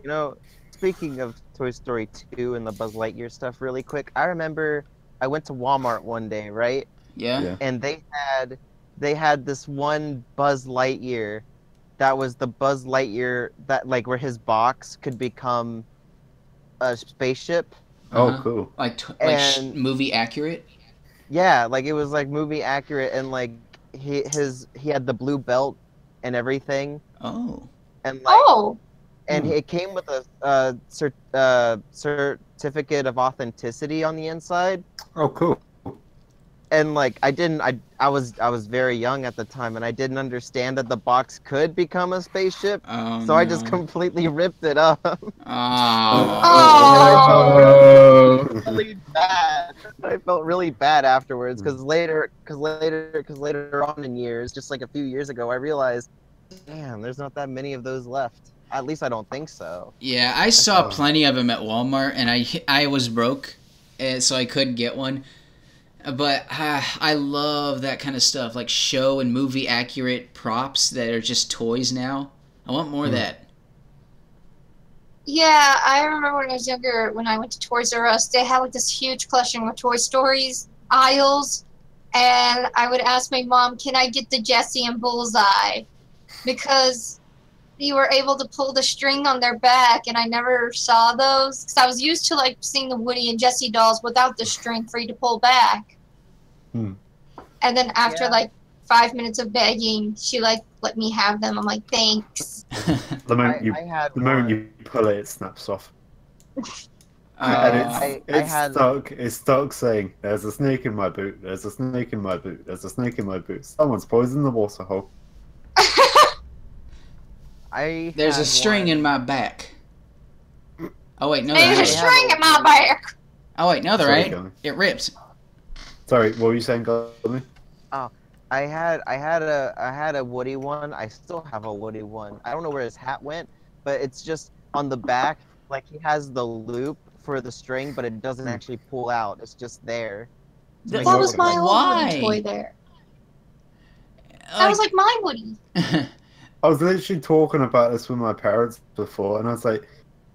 You know, speaking of Toy Story 2 and the Buzz Lightyear stuff, really quick, I remember I went to Walmart one day, right? Yeah. Yeah. and they had they had this one Buzz Lightyear that was the Buzz Lightyear that like where his box could become a spaceship. Oh, Uh-huh. cool. Like t- like sh- And- movie accurate. Yeah, like it was like movie accurate and like he his he had the blue belt and everything Oh. and like Oh, and Hmm. it came with a uh, cer- uh, certificate of authenticity on the inside. Oh, cool. and like I didn't I I was I was very young at the time and I didn't understand that the box could become a spaceship. Oh, so I just no. completely ripped it up. ah. Oh. really bad. I felt really bad Hmm. afterwards because later, because later, because later on in years, just like a few years ago, I realized, damn, there's not that many of those left. At least I don't think so. Yeah, I saw Oh. plenty of them at Walmart, and I I was broke, and so I couldn't get one. But uh, I love that kind of stuff, like show and movie accurate props that are just toys now. I want more of Hmm. that. yeah. I remember when I was younger, when I went to Toys R Us, they had like this huge collection with Toy Stories aisles, and I would ask my mom, "Can I get the Jesse and Bullseye?" Because you were able to pull the string on their back, and I never saw those because I was used to like seeing the Woody and Jesse dolls without the string for you to pull back. Hmm. And then after Yeah. like five minutes of begging, she like let me have them. I'm like, thanks. The moment I, you I had the moment one. you pull it, it snaps off. Uh, and Oh, it's, I- I it's had- stuck. It's stuck saying, "There's a snake in my boot. There's a snake in my boot. There's a snake in my boot. Someone's poisoned the water hole." I There's had a string one. in my back. Oh wait, no, there There's a ain't. Yeah. string in my back. Oh wait, no, there Sorry, ain't. Gummy. It ripped. Sorry, what were you saying, Gummy? I had I had a I had a Woody one. I still have a Woody one. I don't know where his hat went, but it's just on the back. Like he has the loop for the string, but it doesn't actually pull out. It's just there. Th- That was my old Why? Oh, Woody toy there. That was like my Woody. I was literally talking about this with my parents before, and I was like,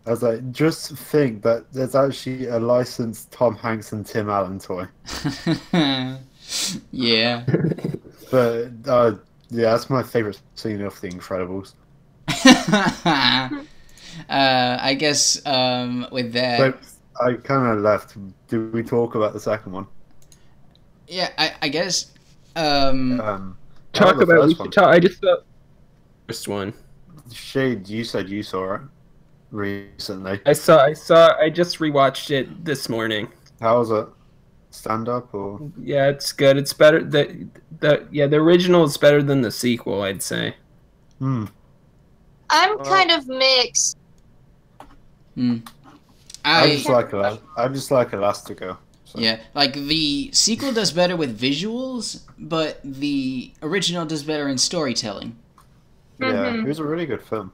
I was like, just think that there's actually a licensed Tom Hanks and Tim Allen toy. yeah. But uh, yeah, that's my favorite scene of The Incredibles. uh, I guess um, with that. So I kind of left. Did we talk about the second one? Yeah, I, I guess. Um, Um, Talk the about. first We one. should talk. I just saw first one. Shade, you said you saw it recently. I saw. I saw. I just rewatched it this morning. How was it? Stand up or? Yeah, it's good. It's better. The the yeah the original is better than the sequel. I'd say. Hmm. I'm Well- kind of mixed. I, hmm. I just like Elas- I just like Elastigirl. So. yeah, like the sequel does better with visuals, but the original does better in storytelling. Yeah, Mhm. it was a really good film.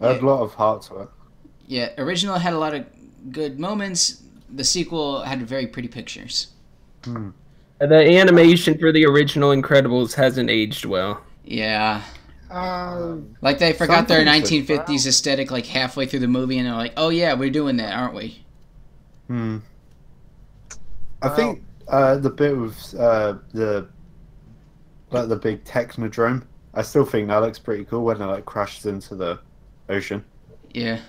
It had a Yeah. lot of heart to it. Yeah, original had a lot of good moments. The sequel had very pretty pictures. Hmm. The animation for the original Incredibles hasn't aged well. Yeah, Um, like they forgot their Something to- 1950s aesthetic like halfway through the movie, and they're like, "Oh yeah, we're doing that, aren't we?" Hmm. I Well- think uh, the bit with uh, the like the big technodrome. I still think that looks pretty cool when it like crashes into the ocean. Yeah,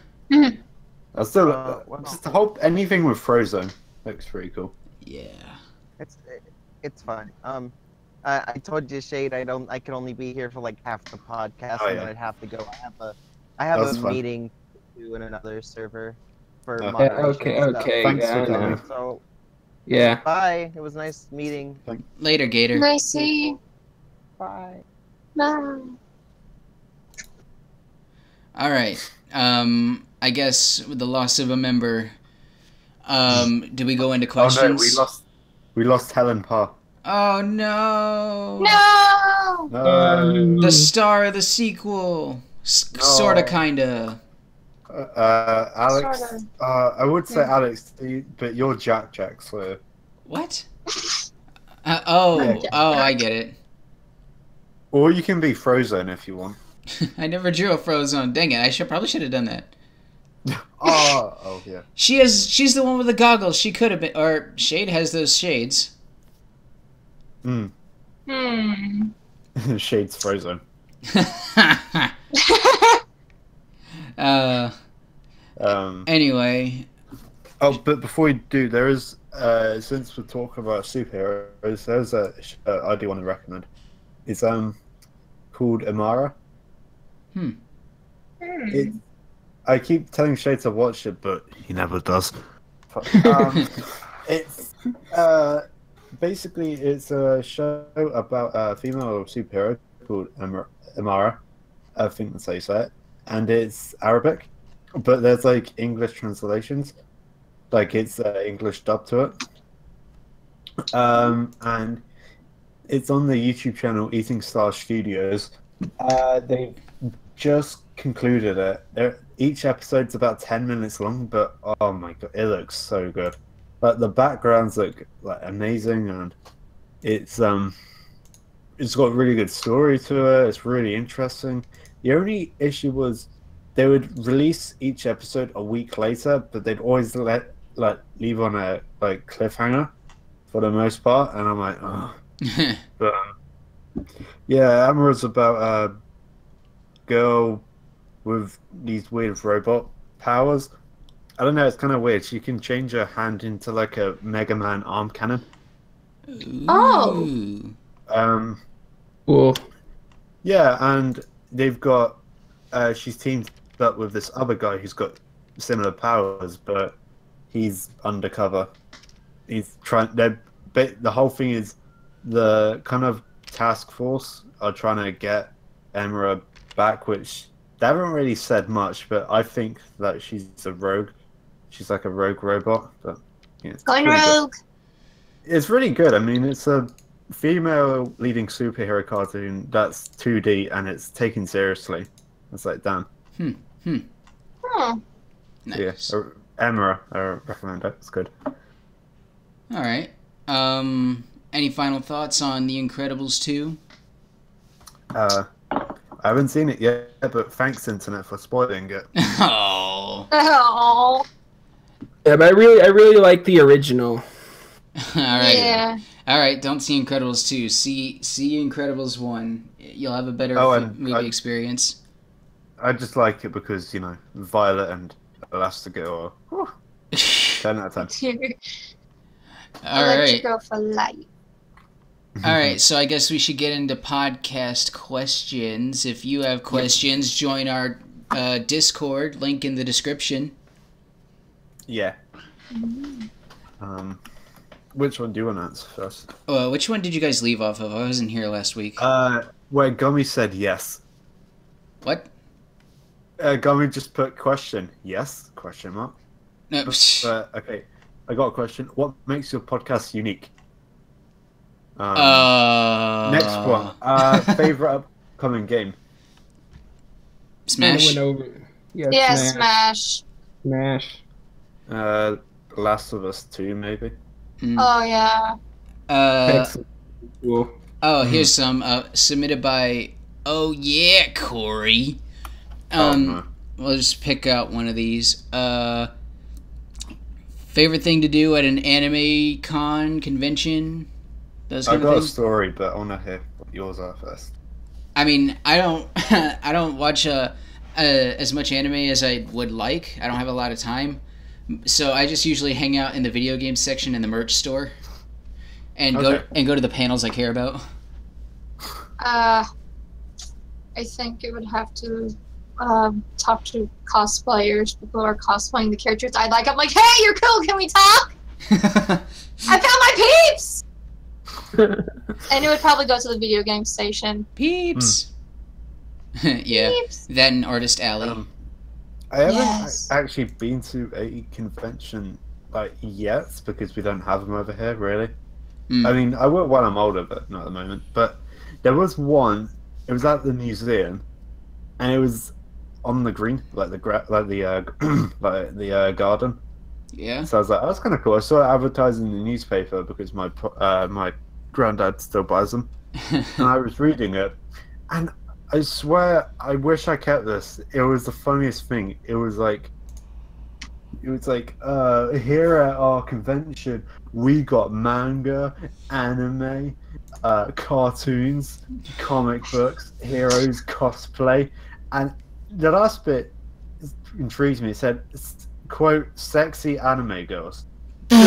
I still Uh, wow. just the whole anything with Frozone looks pretty cool. yeah. it's it's fine. Um, I, I told you, Shade, I don't. I can only be here for like half the podcast, Oh, and yeah. then I'd have to go. I have a I have That's Oh. a fine. meeting to in another server for Yeah, moderation okay, and stuff. okay, Thanks yeah, for I coming. know. So Yeah. bye. It was nice meeting. Later, Gator. I see. Bye. Bye. All right. Um, I guess with the loss of a member, um, do we go into questions? Oh no, we lost. We lost Helen Parr. Oh, no. Oh. No. No. Um, The star of the sequel, S- No. sorta, kinda. uh, Alex. Sorta. Uh, I would say Yeah. Alex, you- but you're Jack Jack, so What? Uh, oh, oh, I get it. or you can be Frozone if you want. I never drew a Frozone. Dang it! I should probably should have done that. Oh, oh yeah. She has. She's the one with the goggles. She could have been. Or Shade has those shades. Mm. Hmm. Shades frozen. uh, Um, anyway, oh, but before we do, there is uh, since we're talking about superheroes, there's a show I do want to recommend. It's um called Amara. Hmm. It, I keep telling Shade to watch it, but he never does. Um, it's uh, basically it's a show about a female superhero called Amar- Amara. I think that's how you say it, and it's Arabic, but there's like English translations, like it's uh, English dub to it. Um, and it's on the YouTube channel Eating Star Studios. Uh, they've just concluded it. They're, each episode's about ten minutes long, but oh my god, it looks so good. Like the backgrounds look like amazing, and it's um, it's got a really good story to it. It's really interesting. The only issue was they would release each episode a week later, but they'd always let like leave on a like cliffhanger for the most part, and I'm like, oh. But um, yeah, Amara's about a girl with these weird robot powers. I don't know, it's kind of weird. She can change her hand into like a Mega Man arm cannon. Oh. Ooh. Um, Well, yeah, and they've got uh, she's teamed up with this other guy who's got similar powers, but he's undercover. He's trying. They're ba- the whole thing is the kind of task force are trying to get Emra back, which they haven't really said much, but I think that she's a rogue. She's like a rogue robot, but yeah, it's Going pretty good. rogue. It's really good. I mean, it's a female leading superhero cartoon that's 2D and it's taken seriously. It's like, damn. Hmm. Yeah. Nice. Uh, Emma, I recommend it. It's good. All right. Um. Any final thoughts on The Incredibles two? Uh, I haven't seen it yet, but thanks, Internet, for spoiling it. oh. Oh. yeah, but I really, I really like the original. All right. Yeah. All right. Don't see Incredibles two. See see Incredibles one. You'll have a better Oh, f- and movie I- experience. I just like it because, you know, Violet and Elastigirl are whew, 10 out of All right. Electrical for life. All right. So I guess we should get into podcast questions. If you have questions, join our uh, Discord. Link in the description. 10. Yeah. Um, which one do you want to answer first? Uh, which one did you guys leave off of? I wasn't here last week. Uh, where Gummy said yes. what? Uh, Gummy just put question. Yes? Question mark. No. psh. But okay, I got a question. What makes your podcast unique? Um, Uh, next one. Uh, favorite upcoming game. Smash. Went over. Yeah, Yeah, smash. smash. Smash. Uh, Last of Us Two, maybe. Mm. Oh yeah. Uh, Excellent. Cool. Oh, here's some uh, submitted by. Oh yeah, Corey. Oh, Um, we'll just pick out one of these. Uh, favorite thing to do at an anime con convention. Those I kind got of a things. story, but I want to hear what yours are first. I mean, I don't, I don't watch uh, uh, as much anime as I would like. I don't have a lot of time, so I just usually hang out in the video game section in the merch store, and go Okay. and go to the panels I care about. Uh, I think it would have to um, talk to cosplayers, people who are cosplaying the characters I like. I'm like, hey, you're cool. Can we talk? I found my peeps. And it would probably go to the video game station. Peeps. yeah, Peeps. that and Artist Alley. Um, I haven't Yes. a- actually been to a convention like yet because we don't have them over here really. Mm. I mean, I will when I'm older, but not at the moment. But there was one. It was at the museum, and it was on the green, like the gra- like the uh, like the uh, garden. yeah. So I was like, oh, that's kind of cool. I saw it advertised in the newspaper because my po- uh, my granddad still buys them, and I was reading it, and I swear, I wish I kept this. It was the funniest thing. It was like It was like, uh, here at our convention, we got manga, anime, uh, cartoons, comic books, heroes, cosplay, and the last bit intrigues me. It said, s- "quote sexy anime girls." So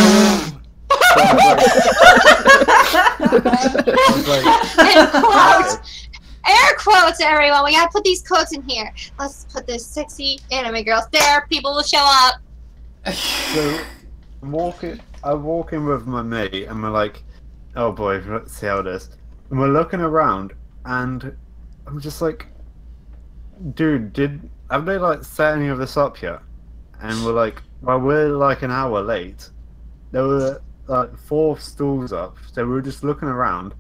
I was like- I was like, And quotes, air quotes, everyone. We gotta put these quotes in here. Let's put this sexy anime girls there. People will show up. So I'm walking, I walk in with my mate, and we're like, "Oh boy, let's see how it is." And we're looking around, and I'm just like, "Dude, did have they like set any of this up yet?" And we're like, "Well, we're like an hour late." There were like four stools up, so we were just looking around,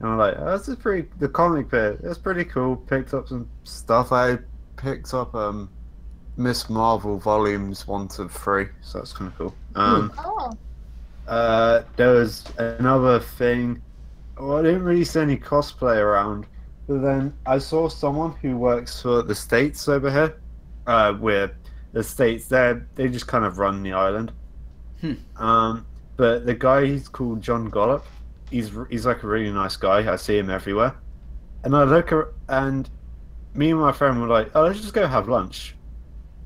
and we're like, oh, "This is pretty." The comic bit, that's pretty cool. Picked up some stuff. I picked up um. Miss Marvel volumes one to three, so that's kind of cool. Um, Oh, uh, there was another thing. Well, I didn't really see any cosplay around, but then I saw someone who works for the states over here. Uh, where the states there, they just kind of run the island. Hmm. Um, but the guy he's called John Gollop. He's r- he's like a really nice guy. I see him everywhere, and I look ar- and me and my friend were like, "Oh, let's just go have lunch."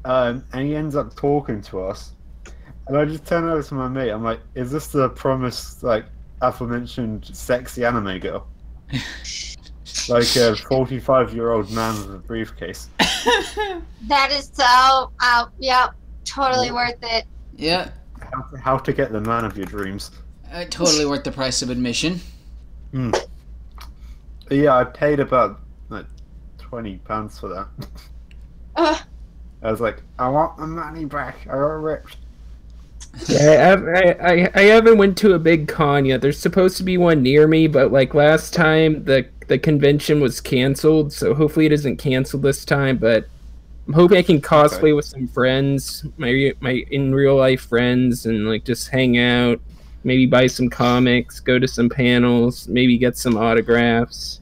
Um, and he ends up talking to us. And I just turned over to my mate. I'm like, "Is this the promised, like, aforementioned sexy anime girl?" like a 45 year old man with a briefcase. that is so. Uh, yep, totally Yeah. worth it. yeah, How to, how to get the man of your dreams? uh, totally worth the price of admission. But yeah, I paid about like 20 pounds for that. Ugh. I was like, "I want my money back. I got ripped." Yeah, I, I, I, I haven't went to a big con yet. There's supposed to be one near me, but like last time, the the convention was canceled. So hopefully it isn't canceled this time. But I'm hoping I can cosplay Okay. with some friends, my re- my in real life friends, and like just hang out. Maybe buy some comics, go to some panels, maybe get some autographs.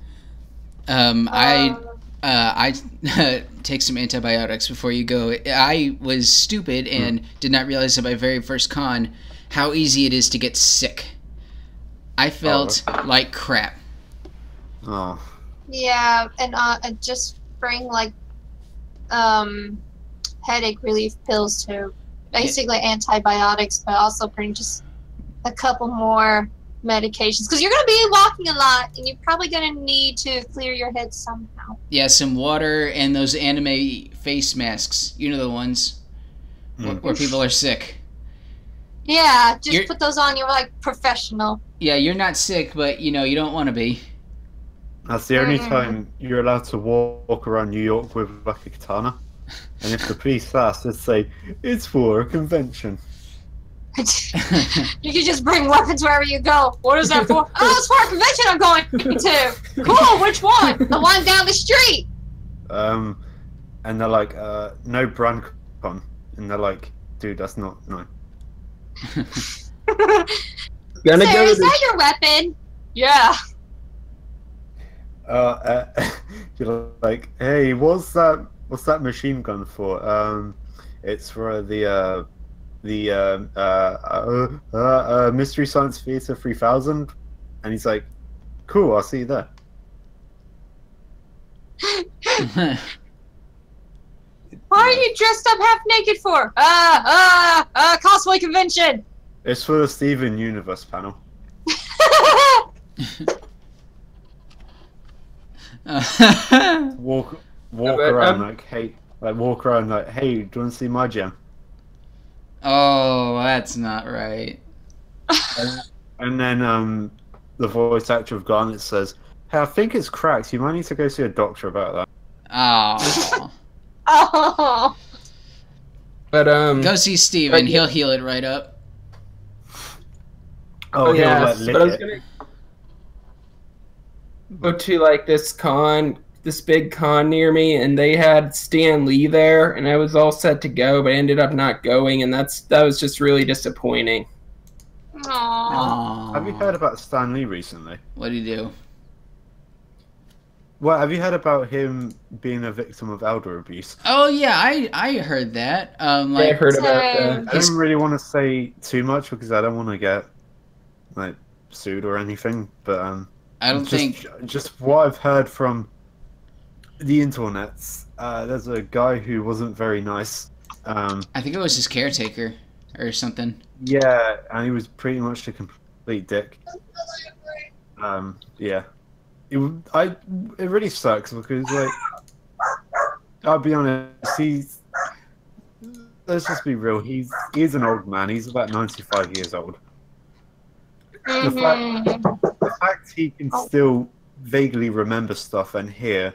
Um, I Um, uh, I take some antibiotics before you go. I was stupid and did not realize at my very first con how easy it is to get sick. I felt like crap. Oh, yeah, and uh, and just bring like um headache relief pills too. Basically antibiotics, but also bring just a couple more medications because you're gonna be walking a lot, and you're probably gonna need to clear your head somehow. Yeah, some water and those anime face masks. You know the ones wh- where, Mm. people are sick. Yeah, just You're- put those on. You're like professional. Yeah, you're not sick, but you know you don't want to be. that's the only Mm. time you're allowed to walk around New York with like a katana. And if the police ask, they'd say, "It's for a convention." you can just bring weapons wherever you go. What is that for? oh, it's for a convention I'm going to. Cool. Which one? The one down the street. Um, and they're like, uh, no brand con. And they're like, dude, that's not, no. Gonna Sir, go to is the that your weapon? Yeah. Uh, uh, you're like, hey, what's that, what's that machine gun for? Um, it's for the, uh, the, um, uh, uh, uh, uh, Mystery Science Theater 3000. And he's like, cool, I'll see you there. Why are you dressed up half naked for? Ah, ah, ah, cosplay convention. It's for the Steven Universe panel. Uh, Walk, walk but, around um, like, hey, like walk around like, hey, do you want to see my gem? oh, that's not right. And then um, the voice actor of Garnet says, hey, I think it's cracked. You might need to go see a doctor about that. Oh. oh. but um. Go see Steven. He'll heal it right up. Oh, he'll, yeah, like, lick but I was it. gonna go to like this con, this big con near me, and they had Stan Lee there, and I was all set to go, but I ended up not going, and that's that was just really disappointing. Aw. Oh. Have you heard about Stan Lee recently? What do you do? Well, have you heard about him being a victim of elder abuse? Oh yeah, I I heard that. Um, I like heard about Same. that. I He's- don't really want to say too much because I don't want to get like sued or anything. But um, I don't just, think just what I've heard from the internets. Uh, there's a guy who wasn't very nice. Um, I think it was his caretaker or something. yeah, and he was pretty much a complete dick. Um, yeah, it w- I it really sucks because like I'll be honest, he's let's just be real. He's he's an old man. He's about ninety five years old. Mhm. The fact he can still vaguely remember stuff and hear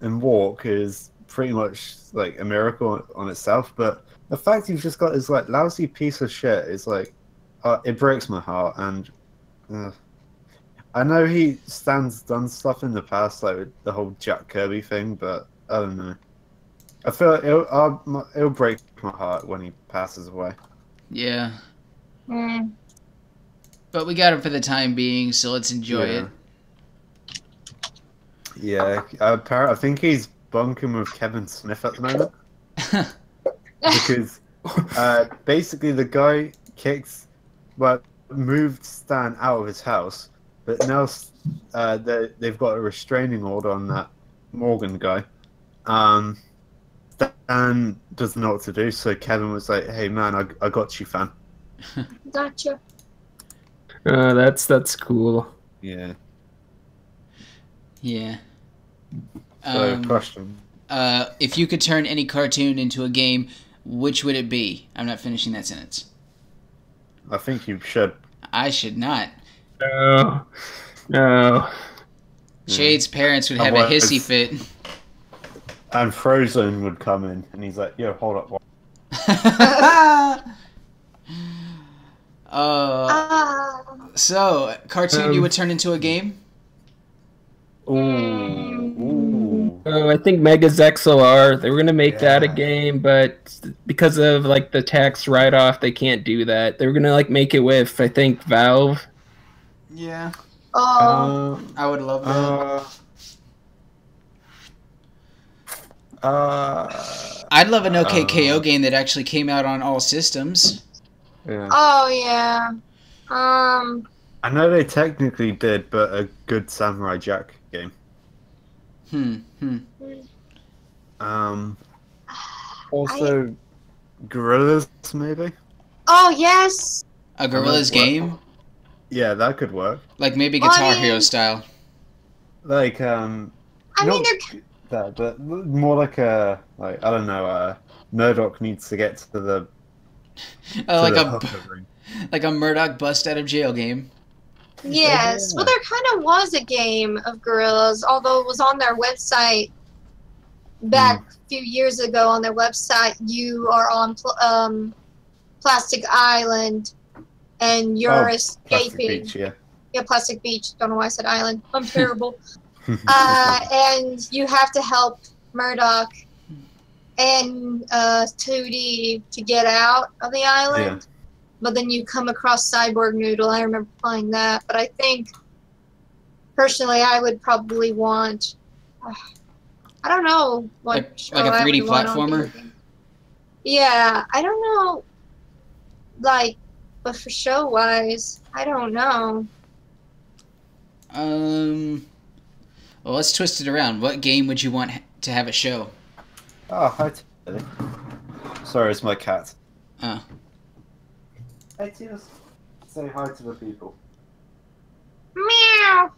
and walk is pretty much like a miracle on itself. But the fact he's just got this like lousy piece of shit is like uh, it breaks my heart. And uh, I know he stands done stuff in the past, like with the whole Jack Kirby thing, but I don't know. I feel like it'll, uh, my- it'll break my heart when he passes away. Yeah, Mm. but we got him for the time being, so let's enjoy Yeah. it. Yeah, apparently, I think he's bunking with Kevin Smith at the moment. because uh, basically the guy kicks, well, moved Stan out of his house, but now uh, they- they've got a restraining order on that Morgan guy. Um, Stan doesn't know what to do, so Kevin was like, "Hey man, I, I got you, fan." Gotcha. Uh, that's that's cool. Yeah. yeah. So Um, crushed him. uh, if you could turn any cartoon into a game, which would it be? I'm not finishing that sentence. I think you should. I should not. No, no. Hmm. Shade's parents would have a Otherwise- hissy fit. And Frozen would come in, and he's like, "Yo, hold up." uh, Ah. so, cartoon you Um, would turn into a game? Ooh, ooh. Oh, I think Mega's XLR. They were gonna make that a Yeah. game, but because of like the tax write-off, they can't do that. They were gonna like make it with I think Valve. Yeah. Oh. Um, I would love that. Uh, uh, I'd love an OKKO uh, game that actually came out on all systems. yeah. oh yeah. Um. I know they technically did, but a good Samurai Jack game. Hmm. Hmm. Um, also, Gorillas maybe. Oh yes. A gorilla's what- game, Yeah, that could work. like maybe Guitar Funny. Hero style. Like um, I No. mean, they're that, but more like a like I don't know. Uh, Murdoch needs to get to the Uh, to like the a hooker ring. like a Murdoch bust out of jail game. Yes. Yeah. Well, there kind of was a game of gorillas, although it was on their website back Hmm. a few years ago. On their website, you are on pl- um, Plastic Island, and you're Oh, Plastic escaping. Beach, yeah. Yeah, Plastic Beach. Don't know why I said island. I'm terrible. uh, and you have to help Murdoch and uh, Tootie to get out of the island yeah. but then you come across Cyborg Noodle. I remember playing that, but I think personally, I would probably want. uh, I don't know what Like- show like a I 3D would want on platformer? video game. Yeah, I don't know. Like, but for show wise, I don't know. Um. Well, let's twist it around. What game would you want ha- to have a show? Oh, hi. Tilly. Sorry, it's my cat. Ah. Oh. Hey, Titus. Say hi to the people. Meow,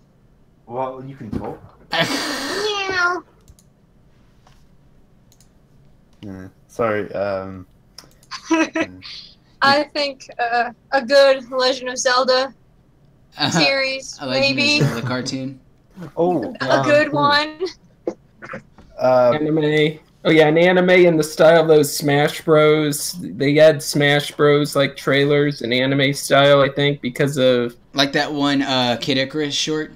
Well, you can talk. Uh, meow. Yeah. Sorry. Um. I think uh, a good Legend of Zelda series, I like maybe the cartoon. Oh, a good one. Uh, anime. Oh yeah, an anime in the style of those Smash Bros. They had Smash Bros. like trailers in anime style, I think, because of Like that one uh, Kid Icarus short.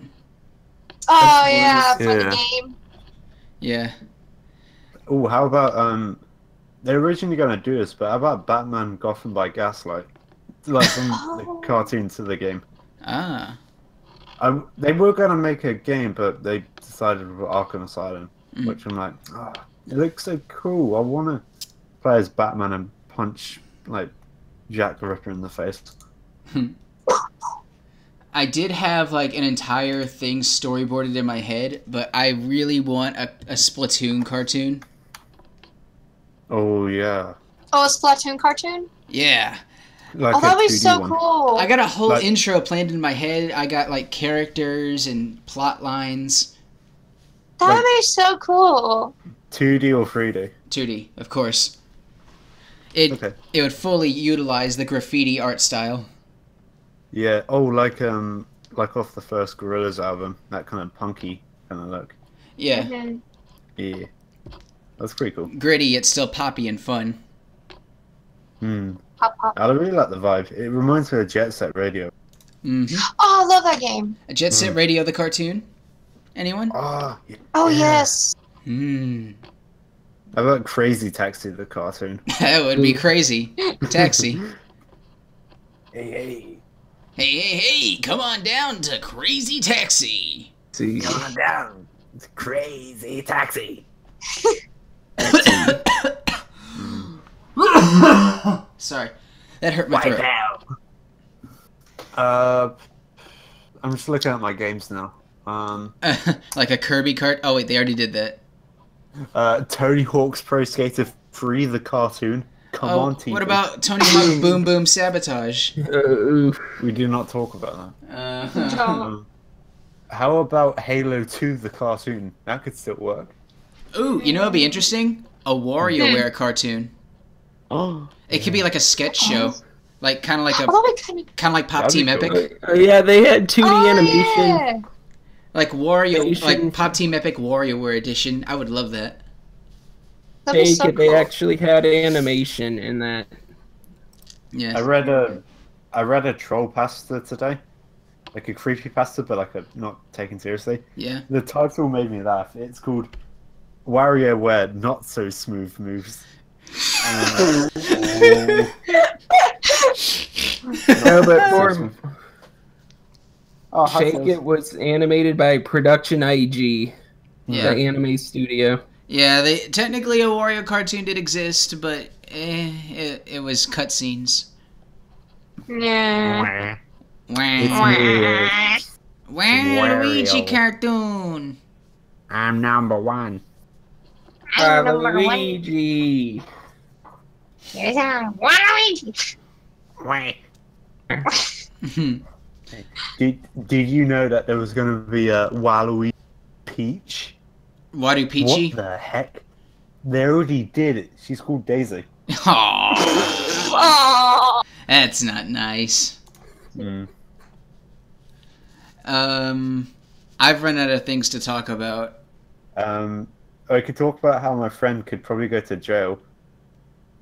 Oh yeah, for Yeah. the game. Yeah. oh, how about um? They're originally going to do this, but how about Batman Gotham by Gaslight? Like from Oh. the cartoon to the game. Ah. Um, they were going to make a game, but they decided with Arkham Asylum, Mm. which I'm like, oh, it looks so cool. I want to play as Batman and punch like Jack the Ripper in the face. I did have like an entire thing storyboarded in my head, but I really want a, a Splatoon cartoon. Oh yeah, Oh, a Splatoon cartoon? Yeah. like oh, a that would be 2D so one. cool. I got a whole Like- intro planned in my head. I got like characters and plot lines. that would be so cool. 2D or 3D. 2D, of course. It Okay. it would fully utilize the graffiti art style. Yeah. Oh, like um, like off the first Gorillaz album, that kind of punky kind of look. Yeah, Mhm. Yeah, that's pretty cool. gritty yet still poppy and fun. Hmm. Pop, pop. I really like the vibe. It reminds me of Jet Set Radio. hmm Oh, I love that game. A Jet Set Radio, the cartoon. Anyone? Ah, yeah. Oh, Yeah. yes. Mm. I like Crazy Taxi, the cartoon. That would be crazy. Taxi. Hey, hey. Hey, hey, hey, come on down to Crazy Taxi. See, on down. It's Crazy Taxi. Sorry, that hurt my throat. out. Uh, I'm just looking at my games now. Um, like a Kirby cart. Oh wait, they already did that. uh, Tony Hawk's Pro Skater 3, the cartoon. Come oh, on, team. what about Tony Hawk Boom Boom Sabotage? uh, oof. We do not talk about that. Uh, Oh. Um, how about Halo 2, the cartoon? That could still work. ooh, you know what'd be interesting? A Hmm. WarioWare cartoon. Oh, It could be like a sketch show, like kind of like a Oh, that would be kind of. kind of like Pop That'd be Team cool. Epic, Uh, yeah, they had 2D Oh, animation. yeah. like Wario, Animation. like Pop Team Epic WarioWare edition. I would love that. That'd They, be so they cool. actually had animation in that. Yeah. I read a, I read a troll pasta today, like a creepy pasta, but like a not taken seriously. Yeah. The title made me laugh. It's called WarioWare Not So Smooth Moves. And I'm like, "Oh." No, So but more smooth. Oh, hi, Shake Tails. It was animated by Production IG, Yeah. the anime studio. Yeah, they technically a Wario cartoon did exist, but eh, it, it was cutscenes. Yeah. Wah, It's me. wah, Luigi Wario. cartoon. I'm number one. I'm By number one. Luigi. Yes, I'm one Luigi. Did Did you know that there was going to be a Waluigi Peach? Wadu Peachy. What the heck? They already did it. She's called Daisy. Aw, Oh, that's not nice. Um, I've run out of things to talk about. Um, I could talk about how my friend could probably go to jail.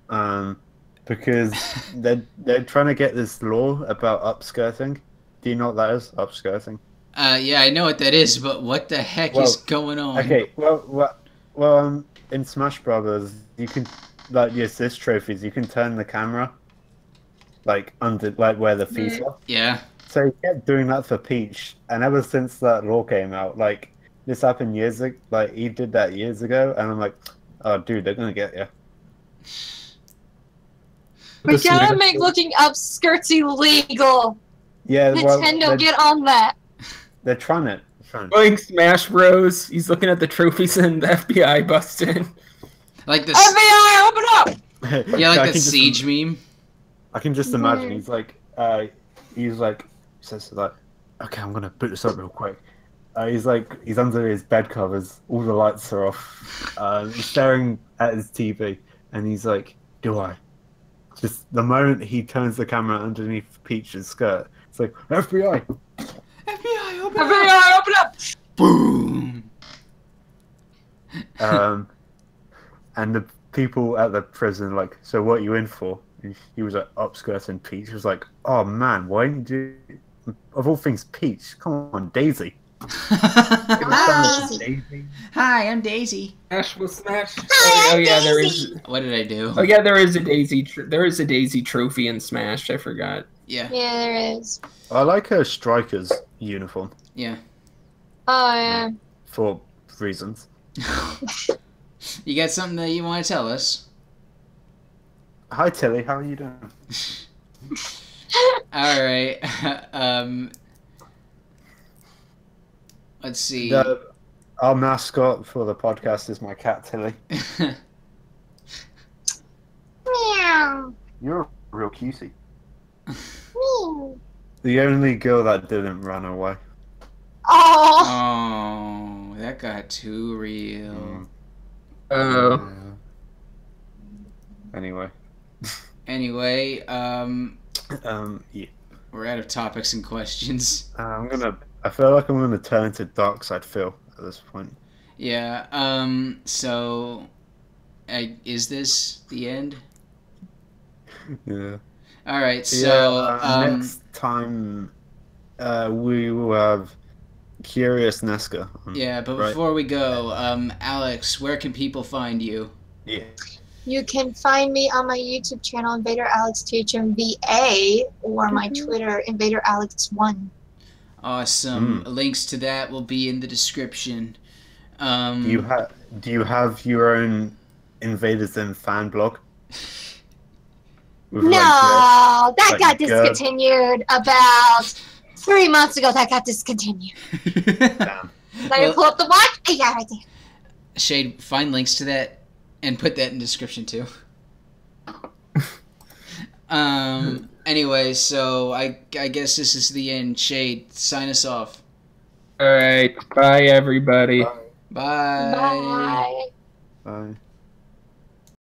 Um, because they're they're trying to get this law about upskirting. Do you know what that is? Upskirting. Uh, yeah, I know what that is, but what the heck is Well, going Um, on? Okay. Well, well, well. Um, in Smash Brothers, you can like your assist trophies. You can turn the camera, like under, like where the feet are. Yeah. So he kept doing that for Peach, and ever since that law came out, like this happened years ago. Like he did that years ago, and I'm like, oh, dude, they're gonna get you. we Listen, gotta make looking up skirts illegal. Yeah, well, Nintendo, they're, get on that. they're trying it. They're trying it. Playing Smash Bros. He's looking at the trophies and the FBI busted. Like this. FBI, open up! Yeah, I like can the just- siege meme. I can just imagine. He's like, uh, he's like, says like, okay, I'm gonna boot this up real quick. Uh, he's like, he's under his bed covers. All the lights are off. Uh, he's staring at his TV, and he's like, "Do I?" Just the moment he turns the camera underneath Peach's skirt, it's like FBI. FBI, open up. FBI, open up! Boom. Um, and the people at the prison like, "So what are you in for?" And he was like, "Upskirt and Peach." He was like, "Oh man, why didn't you?" do- Of all things, Peach. Come on, Daisy. Ah. Hi, I'm Daisy. Smash will smash. Hi, oh I'm yeah, there Daisy. is. What did I do? Oh yeah, there is a Daisy. Tr- there is a Daisy trophy in Smash. I forgot. Yeah, Yeah, there is. I like her striker's uniform yeah. Oh yeah. for reasons. You got something that you want to tell us? Hi Tilly, how are you doing? All right. um, let's see. The- our mascot for the podcast is my cat Tilly. Meow. You're a real cutie. Meow. The only girl that didn't run away. Oh. oh, that got too real. Mm. Oh, Yeah. Anyway, Anyway, um, um, yeah. we're out of topics and questions. Uh, I'm gonna. I feel like I'm gonna turn to dark side Phil at this point. Yeah. Um. So, I, is this the end? Yeah. All right. So, yeah, uh, um, next time uh, we will have Curious Nesca. on. yeah. But Right. before we go, um, Alex, where can people find you? Yeah. You can find me on my YouTube channel, Invader Alex VA, or my Twitter, Invader Alex One. Hmm. Awesome. Links to that will be in the description. Um, Do you have Do you have your own Invaders in fan blog? With, like, your- No, that Like, got good. discontinued about three months ago. That got discontinued. Damn. Let me Well- pull up the watch. I got it right there. Shade, find links to that and put that in description too. um. Anyway, so I I guess this is the end. Shade, sign us off. all right. Bye, everybody. Bye. Bye. Bye.